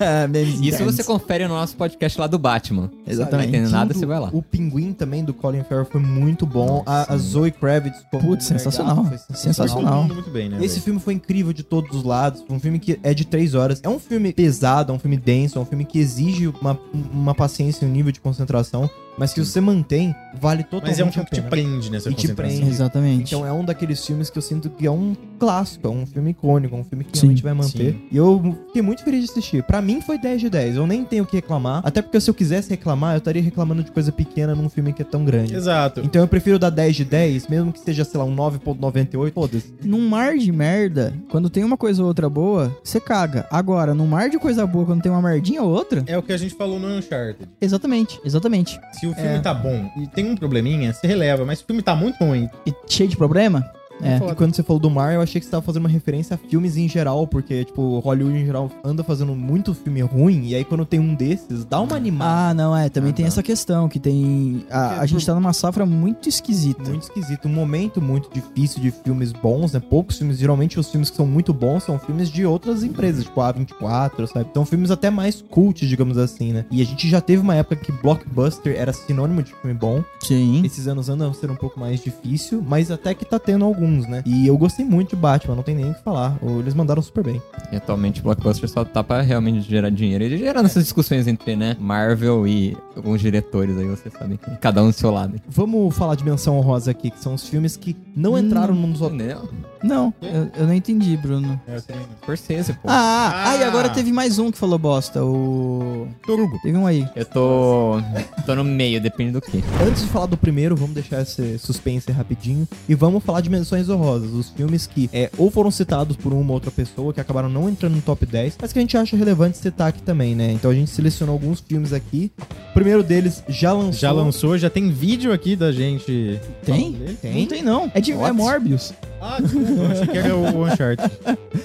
D: É, Isso você confere no nosso podcast lá do Batman. Não tá
A: Exatamente.
D: entendendo nada,
B: Tudo-
D: você vai lá.
B: O Pinguim também do Colin Farrell foi muito bom. A, a Zoe Kravitz como
A: Putz,
B: Mulher
A: sensacional.
B: Gato foi
A: Sensacional.
C: Todo mundo muito bem, né?
B: Esse
C: velho?
B: filme foi incrível de todos os lados. Foi Um filme que é de três horas. É um filme pesado, é um filme denso, é um filme que exige uma, uma paciência e um nível de concentração. Mas que você mantém, vale totalmente
C: Mas é um filme
B: a
C: que te
B: pena.
C: prende nessa
B: né? E te
C: concentração.
B: prende.
A: Exatamente.
B: Então é um daqueles filmes que eu sinto que é um clássico, é um filme icônico, é um filme que
A: Sim,
B: realmente vai manter. E eu fiquei muito feliz de assistir. Pra mim foi 10 de 10, eu nem tenho o que reclamar. Até porque se eu quisesse reclamar, eu estaria reclamando de coisa pequena num filme que é tão grande.
C: Exato.
B: Então eu prefiro dar 10 de 10, mesmo que seja, sei lá, um 9.98, foda-se.
A: Num mar de merda, quando tem uma coisa ou outra boa, você caga. Agora, num mar de coisa boa, quando tem uma merdinha ou outra,
C: É o que a gente falou no Uncharted.
A: exatamente, exatamente.
C: Se o filme tá bom e tem um probleminha, você releva. Mas se o filme tá muito ruim,
A: E cheio de problema? É.
B: E quando você falou do mar, eu achei que você tava fazendo uma referência a filmes em geral, porque, tipo, Hollywood em geral anda fazendo muito filme ruim, e aí quando tem um desses, dá uma animada.
A: Ah, não, é. Também tem
C: tá.
A: essa questão que tem. A, a
B: É,
A: gente
B: por-
A: tá numa safra muito esquisita.
B: Muito esquisito, um momento muito difícil de filmes bons, né? Poucos filmes, geralmente os filmes que são muito bons são filmes de outras empresas, tipo a A24, sabe? Então filmes até mais cult, digamos assim, né? E a gente já teve uma época que blockbuster era sinônimo de filme bom.
A: Sim.
B: Esses anos andam a ser um pouco mais difícil, mas até que tá tendo alguns, né? E eu gostei muito de Batman, não tem nem o que falar. Eles mandaram super bem.
D: E atualmente o Blockbuster só tá pra realmente gerar dinheiro. Ele gerando essas discussões entre, né, Marvel e alguns diretores aí, vocês sabem. que Cada um do seu lado.
B: Vamos falar de menção honrosa aqui, que são os filmes que não entraram nos outros.
D: Entendeu?
A: Não, eu, eu não entendi, Bruno.
C: É, tem-
D: Scorsese, pô.
A: Ah, ah, e agora
C: Ah.
A: teve mais um que falou bosta. O.
C: Torugo.
A: Teve um aí.
D: Eu tô. tô no meio, depende do que.
B: Antes de falar do primeiro, vamos deixar esse suspense rapidinho e vamos falar de menções honrosas, os filmes que é, ou foram citados por uma ou outra pessoa que acabaram não entrando no top 10, mas que a gente acha relevante citar aqui também, né? Então a gente selecionou alguns filmes aqui. O primeiro deles já lançou.
C: Já lançou, já tem vídeo aqui da gente.
A: Tem?
C: falando dele.
A: Não
B: Tem?
A: tem, não. É, de, é
B: What?
A: Morbius.
C: Ah, desculpa, eu achei que era o Uncharted.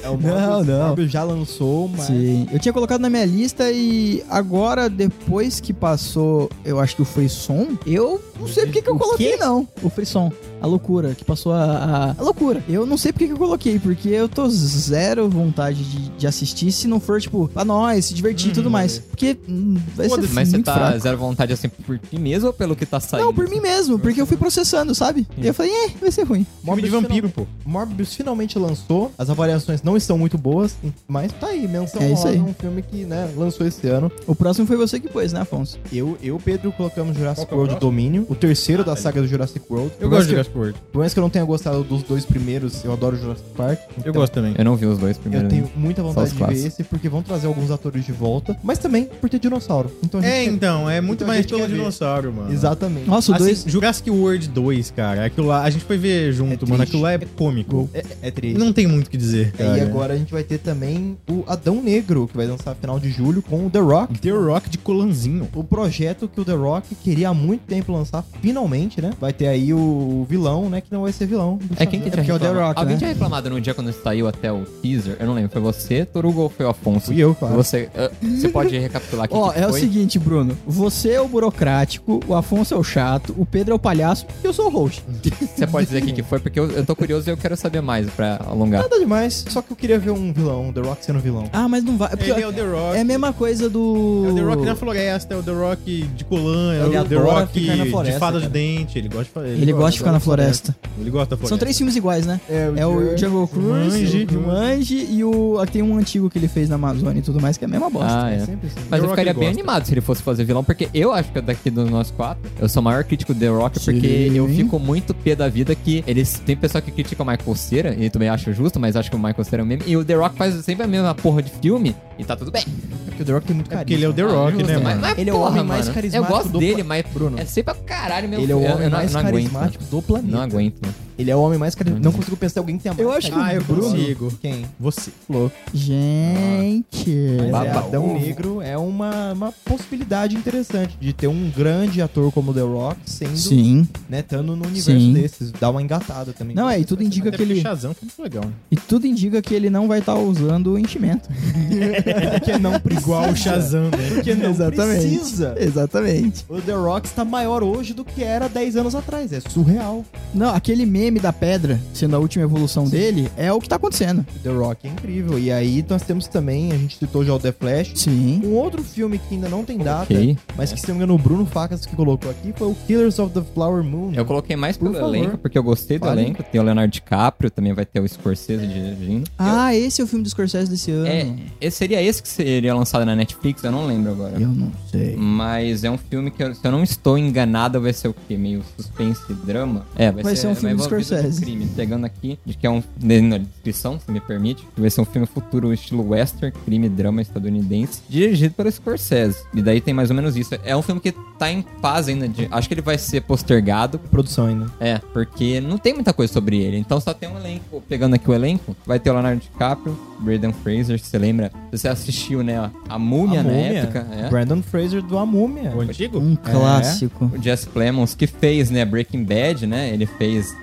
B: É o
A: Não, não.
B: Morbius já lançou, mas.
A: Sim. Eu tinha colocado na minha lista e agora, depois que passou, eu acho que o Frisson, eu não sei porque que eu
C: O
A: coloquei,
C: quê?
A: não. O Frisson. A loucura, que passou a, a- a loucura. Eu não sei porque que eu coloquei, porque eu tô zero vontade de, de assistir se não for, tipo, pra nós, se divertir e tudo mais. Porque hum, vai ser
D: Mas você
A: muito
D: tá
A: fraco.
D: zero vontade assim por ti mesmo ou pelo que tá saindo?
A: Não, por mim mesmo, porque eu fui processando, sabe? E eu falei, é, vai ser ruim.
C: Filme de vampiro, pô.
B: Morbius finalmente lançou. As avaliações não estão muito boas, mas tá aí, menção
A: É isso
B: honrosa,
A: aí.
B: um filme que, né, lançou esse ano.
A: O próximo foi você que pôs, né, Afonso?
B: Eu eu, Pedro, colocamos Jurassic
C: Qual que é o
B: World
C: próximo? Ah,
B: Domínio, o terceiro da saga do Jurassic World.
C: Eu gosto de
B: que,
C: Jurassic World.
B: Por mais que eu não tenha gostado dos dois primeiros, eu adoro Jurassic Park.
C: Eu
B: então
C: gosto também.
D: Eu não vi os dois
B: Eu
D: primeiro. né?
B: tenho muita vontade
D: os
B: de ver
D: clássicos.
B: esse, porque vão trazer alguns atores de volta, mas também por ter dinossauro. Então a gente
C: É,
B: quer-
C: então, é muito
B: Então a
C: mais
B: gente
C: pelo
B: quer ver.
C: dinossauro, mano.
B: Exatamente.
D: Ah,
A: Nossa, o
C: Assim,
A: dois.
C: Jurassic World 2, cara. Aquilo lá, a gente foi ver junto,
B: É
C: mano.
B: triste.
C: Aquilo lá é cômico.
B: É, é triste.
C: Não tem muito o que dizer, cara.
B: e agora a gente vai ter também o Adão Negro, que vai lançar final de julho com o The Rock.
C: The Rock de colanzinho.
B: O projeto que o The Rock queria há muito tempo lançar, finalmente, né? Vai ter aí o vilão, né? Que não vai ser vilão. do
D: É quem
B: Shazam.
D: que
A: É
D: tinha
A: porque é o The
D: reclamado?
A: Rock,
D: Alguém
A: né?
D: tinha reclamado no dia quando saiu até o teaser? Eu não lembro. Foi você, Torugo, ou foi o Afonso?
B: Fui eu, claro.
D: Você, eh, você pode recapitular aqui.
A: Ó,
D: que
A: é o
D: foi?
A: seguinte, Bruno. Você é o burocrático, o Afonso é o chato, o Pedro é o palhaço e eu sou o host.
D: Você pode dizer aqui que foi, porque eu, eu tô curioso e eu quero saber mais pra alongar.
B: Nada demais, só que eu queria ver um vilão, The Rock sendo vilão.
A: Ah, mas não vai. É, porque
C: Ele é o The Rock.
A: é a mesma coisa do.
C: É o The Rock na floresta, é o The Rock de colã, é
B: Ele
C: o The
B: adora
C: Rock
B: ficar na
C: de
B: floresta,
C: fada de
B: cara.
C: dente. Ele gosta de fa-
A: Ele gosta de ficar na floresta.
C: Ele gosta da floresta.
A: São três filmes iguais, né? É o Jungle Cruise,
C: Jumanji.
A: o Jumanji e o. ah, Tem um antigo que ele fez na Amazônia e tudo mais, que é a mesma bosta.
D: Ah, é.
B: Sempre assim.
D: Mas
C: The
D: eu
C: Rock
D: ficaria
C: ele
D: bem
C: gosta.
D: animado se ele fosse fazer vilão, porque eu acho que é daqui dos nós quatro, eu sou o maior crítico do The Rock, porque
A: Sim.
D: eu fico muito pé da vida que eles. Tem pessoa que critica o Michael Cera, e eu também acho justo, mas acho que o Michael Cera é o mesmo. E o The Rock faz sempre a mesma porra de filme, e tá tudo bem.
B: É porque o The Rock tem muito
C: É
B: carisma.
C: porque ele é o The Rock,
D: justo,
C: né,
D: mas-
C: mano?
D: mas
B: Ele é o
D: porra,
B: homem mais
D: mano,
B: carismático
D: Eu gosto
B: do
D: dele,
B: pla-
D: mas
B: Bruno.
D: é sempre pra caralho meu
B: Ele é o
D: eu- eu
B: homem
D: não-
B: mais
D: não aguento,
B: carismático do planeta.
D: Não aguento, mano.
B: Ele é o homem mais carismático. Não consigo pensar alguém que tenha mais
A: Eu acho que-
B: carisma.
C: Ah, eu
B: Bruno.
C: consigo.
B: Quem?
C: Você.
B: Louco.
A: Gente.
B: Mas é,
D: Babau.
B: Adão Negro é uma, uma possibilidade interessante de ter um grande ator como o The Rock sendo,
A: Sim.
B: né, estando no universo
A: Sim.
B: desses. Dá uma engatada também.
A: Não, é, e tudo indica
C: Até
A: que
C: porque
A: ele.
C: Shazam foi muito legal, né?
A: E tudo indica que ele não vai estar usando o enchimento.
B: Porque não precisa.
C: Igual o Shazam, né?
B: Porque não
A: Exatamente.
B: precisa.
A: Exatamente.
B: O The Rock está maior hoje do que era 10 anos atrás. É surreal.
A: Não, aquele meme da pedra, sendo a última evolução dele, é o que tá acontecendo.
B: The Rock é incrível. E aí nós temos também, a gente citou já o The Flash.
A: Sim.
B: Um outro filme que ainda não tem data,
D: Ok.
B: mas que se não me engano o Bruno Facas que colocou aqui foi o Killers of the Flower Moon.
D: Eu coloquei mais
B: Por
D: pelo
B: favor.
D: elenco, porque eu gostei do
B: Fale.
D: elenco. Tem o Leonardo DiCaprio, também vai ter o Scorsese dirigindo.
A: Ah, esse é o filme do Scorsese desse ano.
D: É, esse- seria esse que seria lançado na Netflix? Eu não lembro agora.
A: Eu não sei.
D: Mas é um filme que, eu- se eu não estou enganado, vai ser o quê? Meio suspense e drama? É, vai,
A: Vai ser um
D: vai
A: filme do
D: envolvido
A: Scorsese.
D: crime. Pegando aqui, de que é um. Na descrição, se me permite, que vai ser um filme futuro estilo western, crime, drama estadunidense, dirigido pelo Scorsese. E daí tem mais ou menos isso. É um filme que tá em fase ainda de. Acho que ele vai ser postergado,
B: Produção ainda.
D: é, porque não tem muita coisa sobre ele. Então só tem um elenco. Pegando aqui o elenco, vai ter o Leonardo DiCaprio, Braden Fraser, que você lembra? Você assistiu, né? A Múmia,
B: A
D: na
B: Múmia.
D: época. É.
B: Brandon Fraser do A Múmia.
C: O antigo?
A: Um clássico.
D: O Jess Plemons, que fez, né? Breaking Bad, né? Ele fez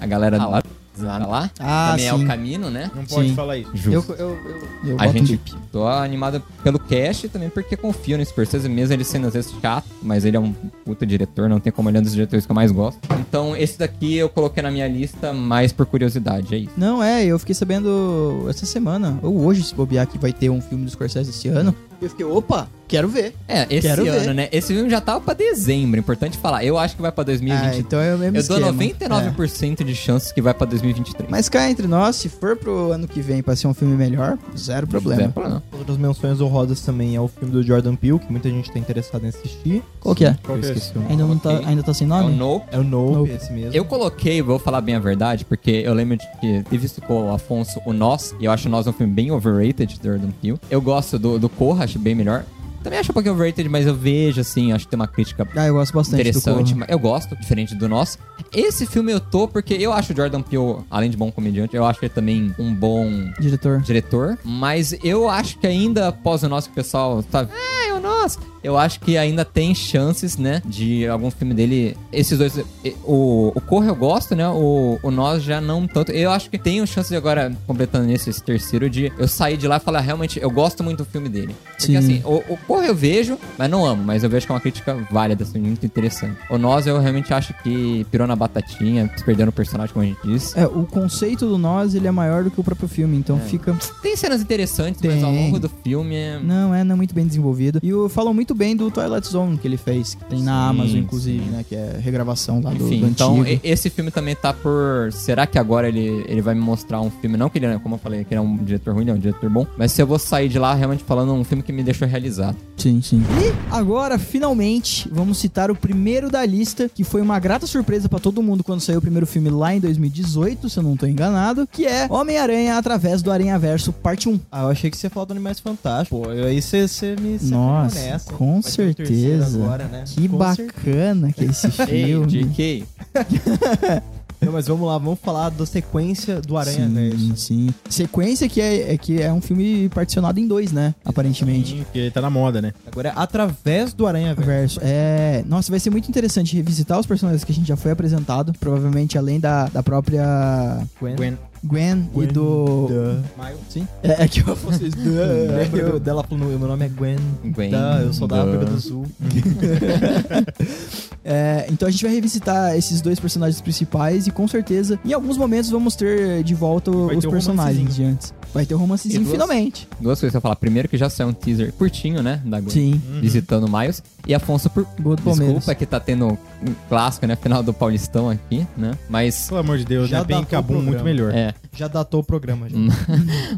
D: a galera Ah, lá. lá. lá.
A: Ah,
D: Também é
A: sim.
D: o Camino, né?
C: Não pode
A: Sim.
C: falar isso.
A: Eu,
D: Justo.
A: eu, eu, eu
D: A
A: boto um
D: gente
A: bip.
D: tô animado pelo cast também, porque confio no Scorsese, mesmo ele sendo às vezes chato, mas ele é um puta diretor, não tem como ele é um dos diretores que eu mais gosto. Então, esse daqui eu coloquei na minha lista mais por curiosidade, é isso.
A: Não, é, eu fiquei sabendo essa semana, ou hoje, se bobear, que vai ter um filme do Scorsese esse ano. Eu fiquei, opa, quero ver.
D: É, esse
A: Quero
D: ano,
A: ver.
D: né? Esse filme já tava pra dezembro, importante falar. Eu acho que vai pra 2023.
A: Ah, então é o mesmo
D: eu
A: esquema. É.
D: dou 99% de chances que vai pra 2023.
A: Mas cá entre nós, se for pro ano que vem pra ser um filme melhor, zero problema.
D: Não é problema.
B: Outras menções honrosas também é o filme do Jordan Peele, que muita gente tá interessada em assistir.
A: Qual que é?
C: Qual
B: Eu
C: que é
B: esqueci o nome.
A: Ainda, não tá,
D: Coloquei.
A: ainda tá sem
D: É o
A: nome?
D: Nope.
B: É o Nope,
A: Nope.
B: esse mesmo.
D: Eu coloquei, vou falar bem a verdade, porque eu lembro de que teve isso com o Afonso, o Nós, e eu acho o Nós um filme bem overrated do Jordan Peele. Eu gosto do, do Corra, acho bem melhor. Também acho um pouquinho overrated, mas eu vejo, assim, acho que tem uma crítica
A: Ah, eu gosto bastante
D: interessante.
A: do Corra.
D: mas eu gosto, diferente do Nós. Esse filme eu tô porque eu acho o Jordan Peele, além de bom comediante, eu acho ele também um bom
A: Diretor.
D: diretor, mas eu acho que ainda após o nosso que o pessoal tá. É, é o nosso. Eu acho que ainda tem chances, né? De algum filme dele. Esses dois. e- O, o Corra eu gosto, né? O, o Nós já não tanto. Eu acho que tenho chances agora, completando esse, esse terceiro, de eu sair de lá e falar, realmente, eu gosto muito do filme dele. Porque
A: Sim.
D: assim, o, o Corra eu vejo, mas não amo, mas eu vejo que é uma crítica válida, assim, muito interessante. O Nós eu realmente acho que pirou na batatinha, se perdendo o personagem, como a gente disse.
A: É, o conceito do nós, ele é maior do que o próprio filme,
D: É.
A: então fica...
D: Tem cenas interessantes, mas ao
A: Tem.
D: longo do filme é.
A: Não, é não muito bem desenvolvido. E o- falam muito bem do Twilight Zone que ele fez, que tem na
D: Sim,
A: Amazon, inclusive,
D: sim.
A: né? Que é regravação lá do,
D: Enfim,
A: do
D: então
A: antigo.
D: e- esse filme também tá por. Será que agora ele, ele vai me mostrar um filme? Não que ele, como eu falei, que ele é um diretor ruim, ele é um diretor bom. Mas se eu vou sair de lá realmente falando um filme que me deixou realizado.
A: Sim, sim. E agora, finalmente, vamos citar o primeiro da lista, que foi uma grata surpresa pra todo mundo quando saiu o primeiro filme lá em 2018, se eu não tô enganado, que é Homem-Aranha através do Aranhaverso Parte 1.
B: Ah, eu achei que você falou do Animais Fantásticos. Pô, aí você você me você
A: Nossa,
B: pegou nessa.
A: com
B: Vai ter o terceiro
A: certeza.
B: agora, né?
A: Que
B: Com certeza.
A: bacana que é esse filme.
D: JK.
B: Não, mas vamos lá, vamos falar da sequência do Aranha
C: né,
B: Verso.
A: Sim, sim. Sequência que é, é que é um filme particionado em dois, né? Aparentemente.
C: Porque tá na moda, né?
B: Agora, é através do Aranha Verso.
A: Verso. É, nossa, vai ser muito interessante revisitar os personagens que a gente já foi apresentado. Provavelmente além da, da própria
C: Gwen.
A: Gwen, e do. Sim? É, é que eu fosse.
B: Eu, dela falou, meu nome é Gwen.
D: Gwen.
B: Tá, eu sou da
D: Duh.
B: África do Sul.
A: É, então a gente vai revisitar esses dois personagens principais e com certeza, em alguns momentos, vamos ter de volta
C: Vai
A: os
C: ter um
A: personagens de antes. Vai ter um
D: E
A: romancezinho
D: duas-
A: finalmente.
D: Duas coisas pra falar. Primeiro que já saiu um teaser curtinho, né? Da Gwen.
A: Sim.
B: Uhum.
D: Visitando o Miles. E Afonso, por.
A: Gol do Palmeiras.
D: Desculpa que tá tendo um clássico, né? Final do Paulistão aqui, né? Mas.
C: Pelo amor de Deus,
B: Já
C: né? Bem
B: datou o
C: cabum,
B: programa.
C: muito melhor.
D: É.
B: Já datou o programa, gente.
A: Hum.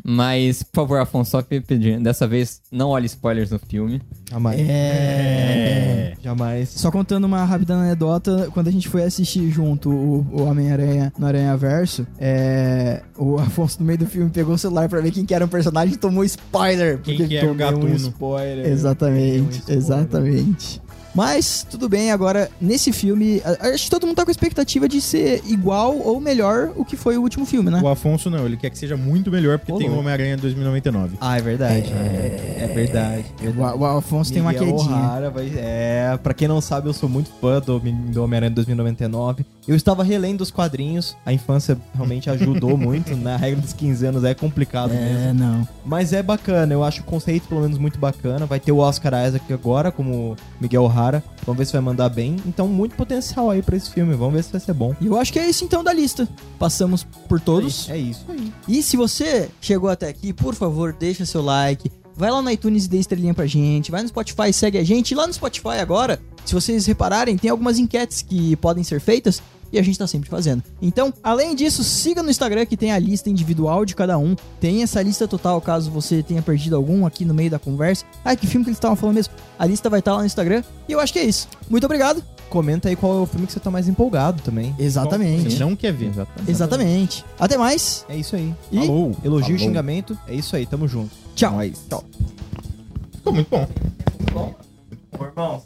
D: Mas, por favor, Afonso, só pe- pedindo. Dessa vez, não olhe spoilers no filme.
B: Jamais.
A: É.
B: Jamais.
A: Só contando uma rápida anedota, quando a gente foi assistir junto o, o Homem-Aranha no Aranha Verso, é, o Afonso no meio do filme pegou o celular pra ver quem que era o personagem e tomou spoiler.
C: Quem
A: porque
C: que era o
A: tomei
C: gatuno.
B: spoiler. Um
A: Exatamente,
B: spoiler.
A: exatamente. Mas, tudo bem, agora, nesse filme, a- acho que todo mundo tá com a expectativa de ser igual ou melhor o que foi o último filme, né?
C: O Afonso não, ele quer que seja muito melhor porque
B: Ô,
C: tem o
B: louco.
C: Homem-Aranha 2099.
B: Ah, é verdade. É, é verdade.
A: O, o Afonso tem uma
B: Miguel
A: quedinha.
B: O'Hara vai- É, pra quem não sabe, eu sou muito fã do, do Homem-Aranha 2099. Eu estava relendo os quadrinhos. A infância realmente ajudou muito. Na regra dos 15 anos é complicado mesmo.
A: É, não.
B: Mas é bacana, eu acho o conceito pelo menos muito bacana. Vai ter o Oscar Isaac agora, como Miguel O'Hara. Vamos ver se vai mandar bem. Então, muito potencial aí pra esse filme. Vamos ver se vai ser bom.
A: E eu acho que é isso então da lista. Passamos por todos.
B: É isso aí.
A: E se você chegou até aqui, por favor, deixa seu like. Vai lá no iTunes e dê estrelinha pra gente. Vai no Spotify, segue a gente. E lá no Spotify agora, se vocês repararem, tem algumas enquetes que podem ser feitas e a gente tá sempre fazendo. Então, além disso, siga no Instagram que tem a lista individual de cada um. Tem essa lista total, caso você tenha perdido algum aqui no meio da conversa. Ai, que filme que eles estavam falando mesmo. A lista vai estar lá no Instagram. E eu acho que é isso. Muito obrigado.
B: Comenta aí qual é o filme que você tá mais empolgado também.
C: Você
A: Exatamente.
C: não quer ver.
D: Exatamente.
A: Exatamente. Até mais.
B: É isso aí.
A: E
C: Falou.
B: Elogio e
D: Falou.
B: xingamento. É isso aí, tamo junto.
A: tchau.
C: Ficou muito bom.
B: Irmão,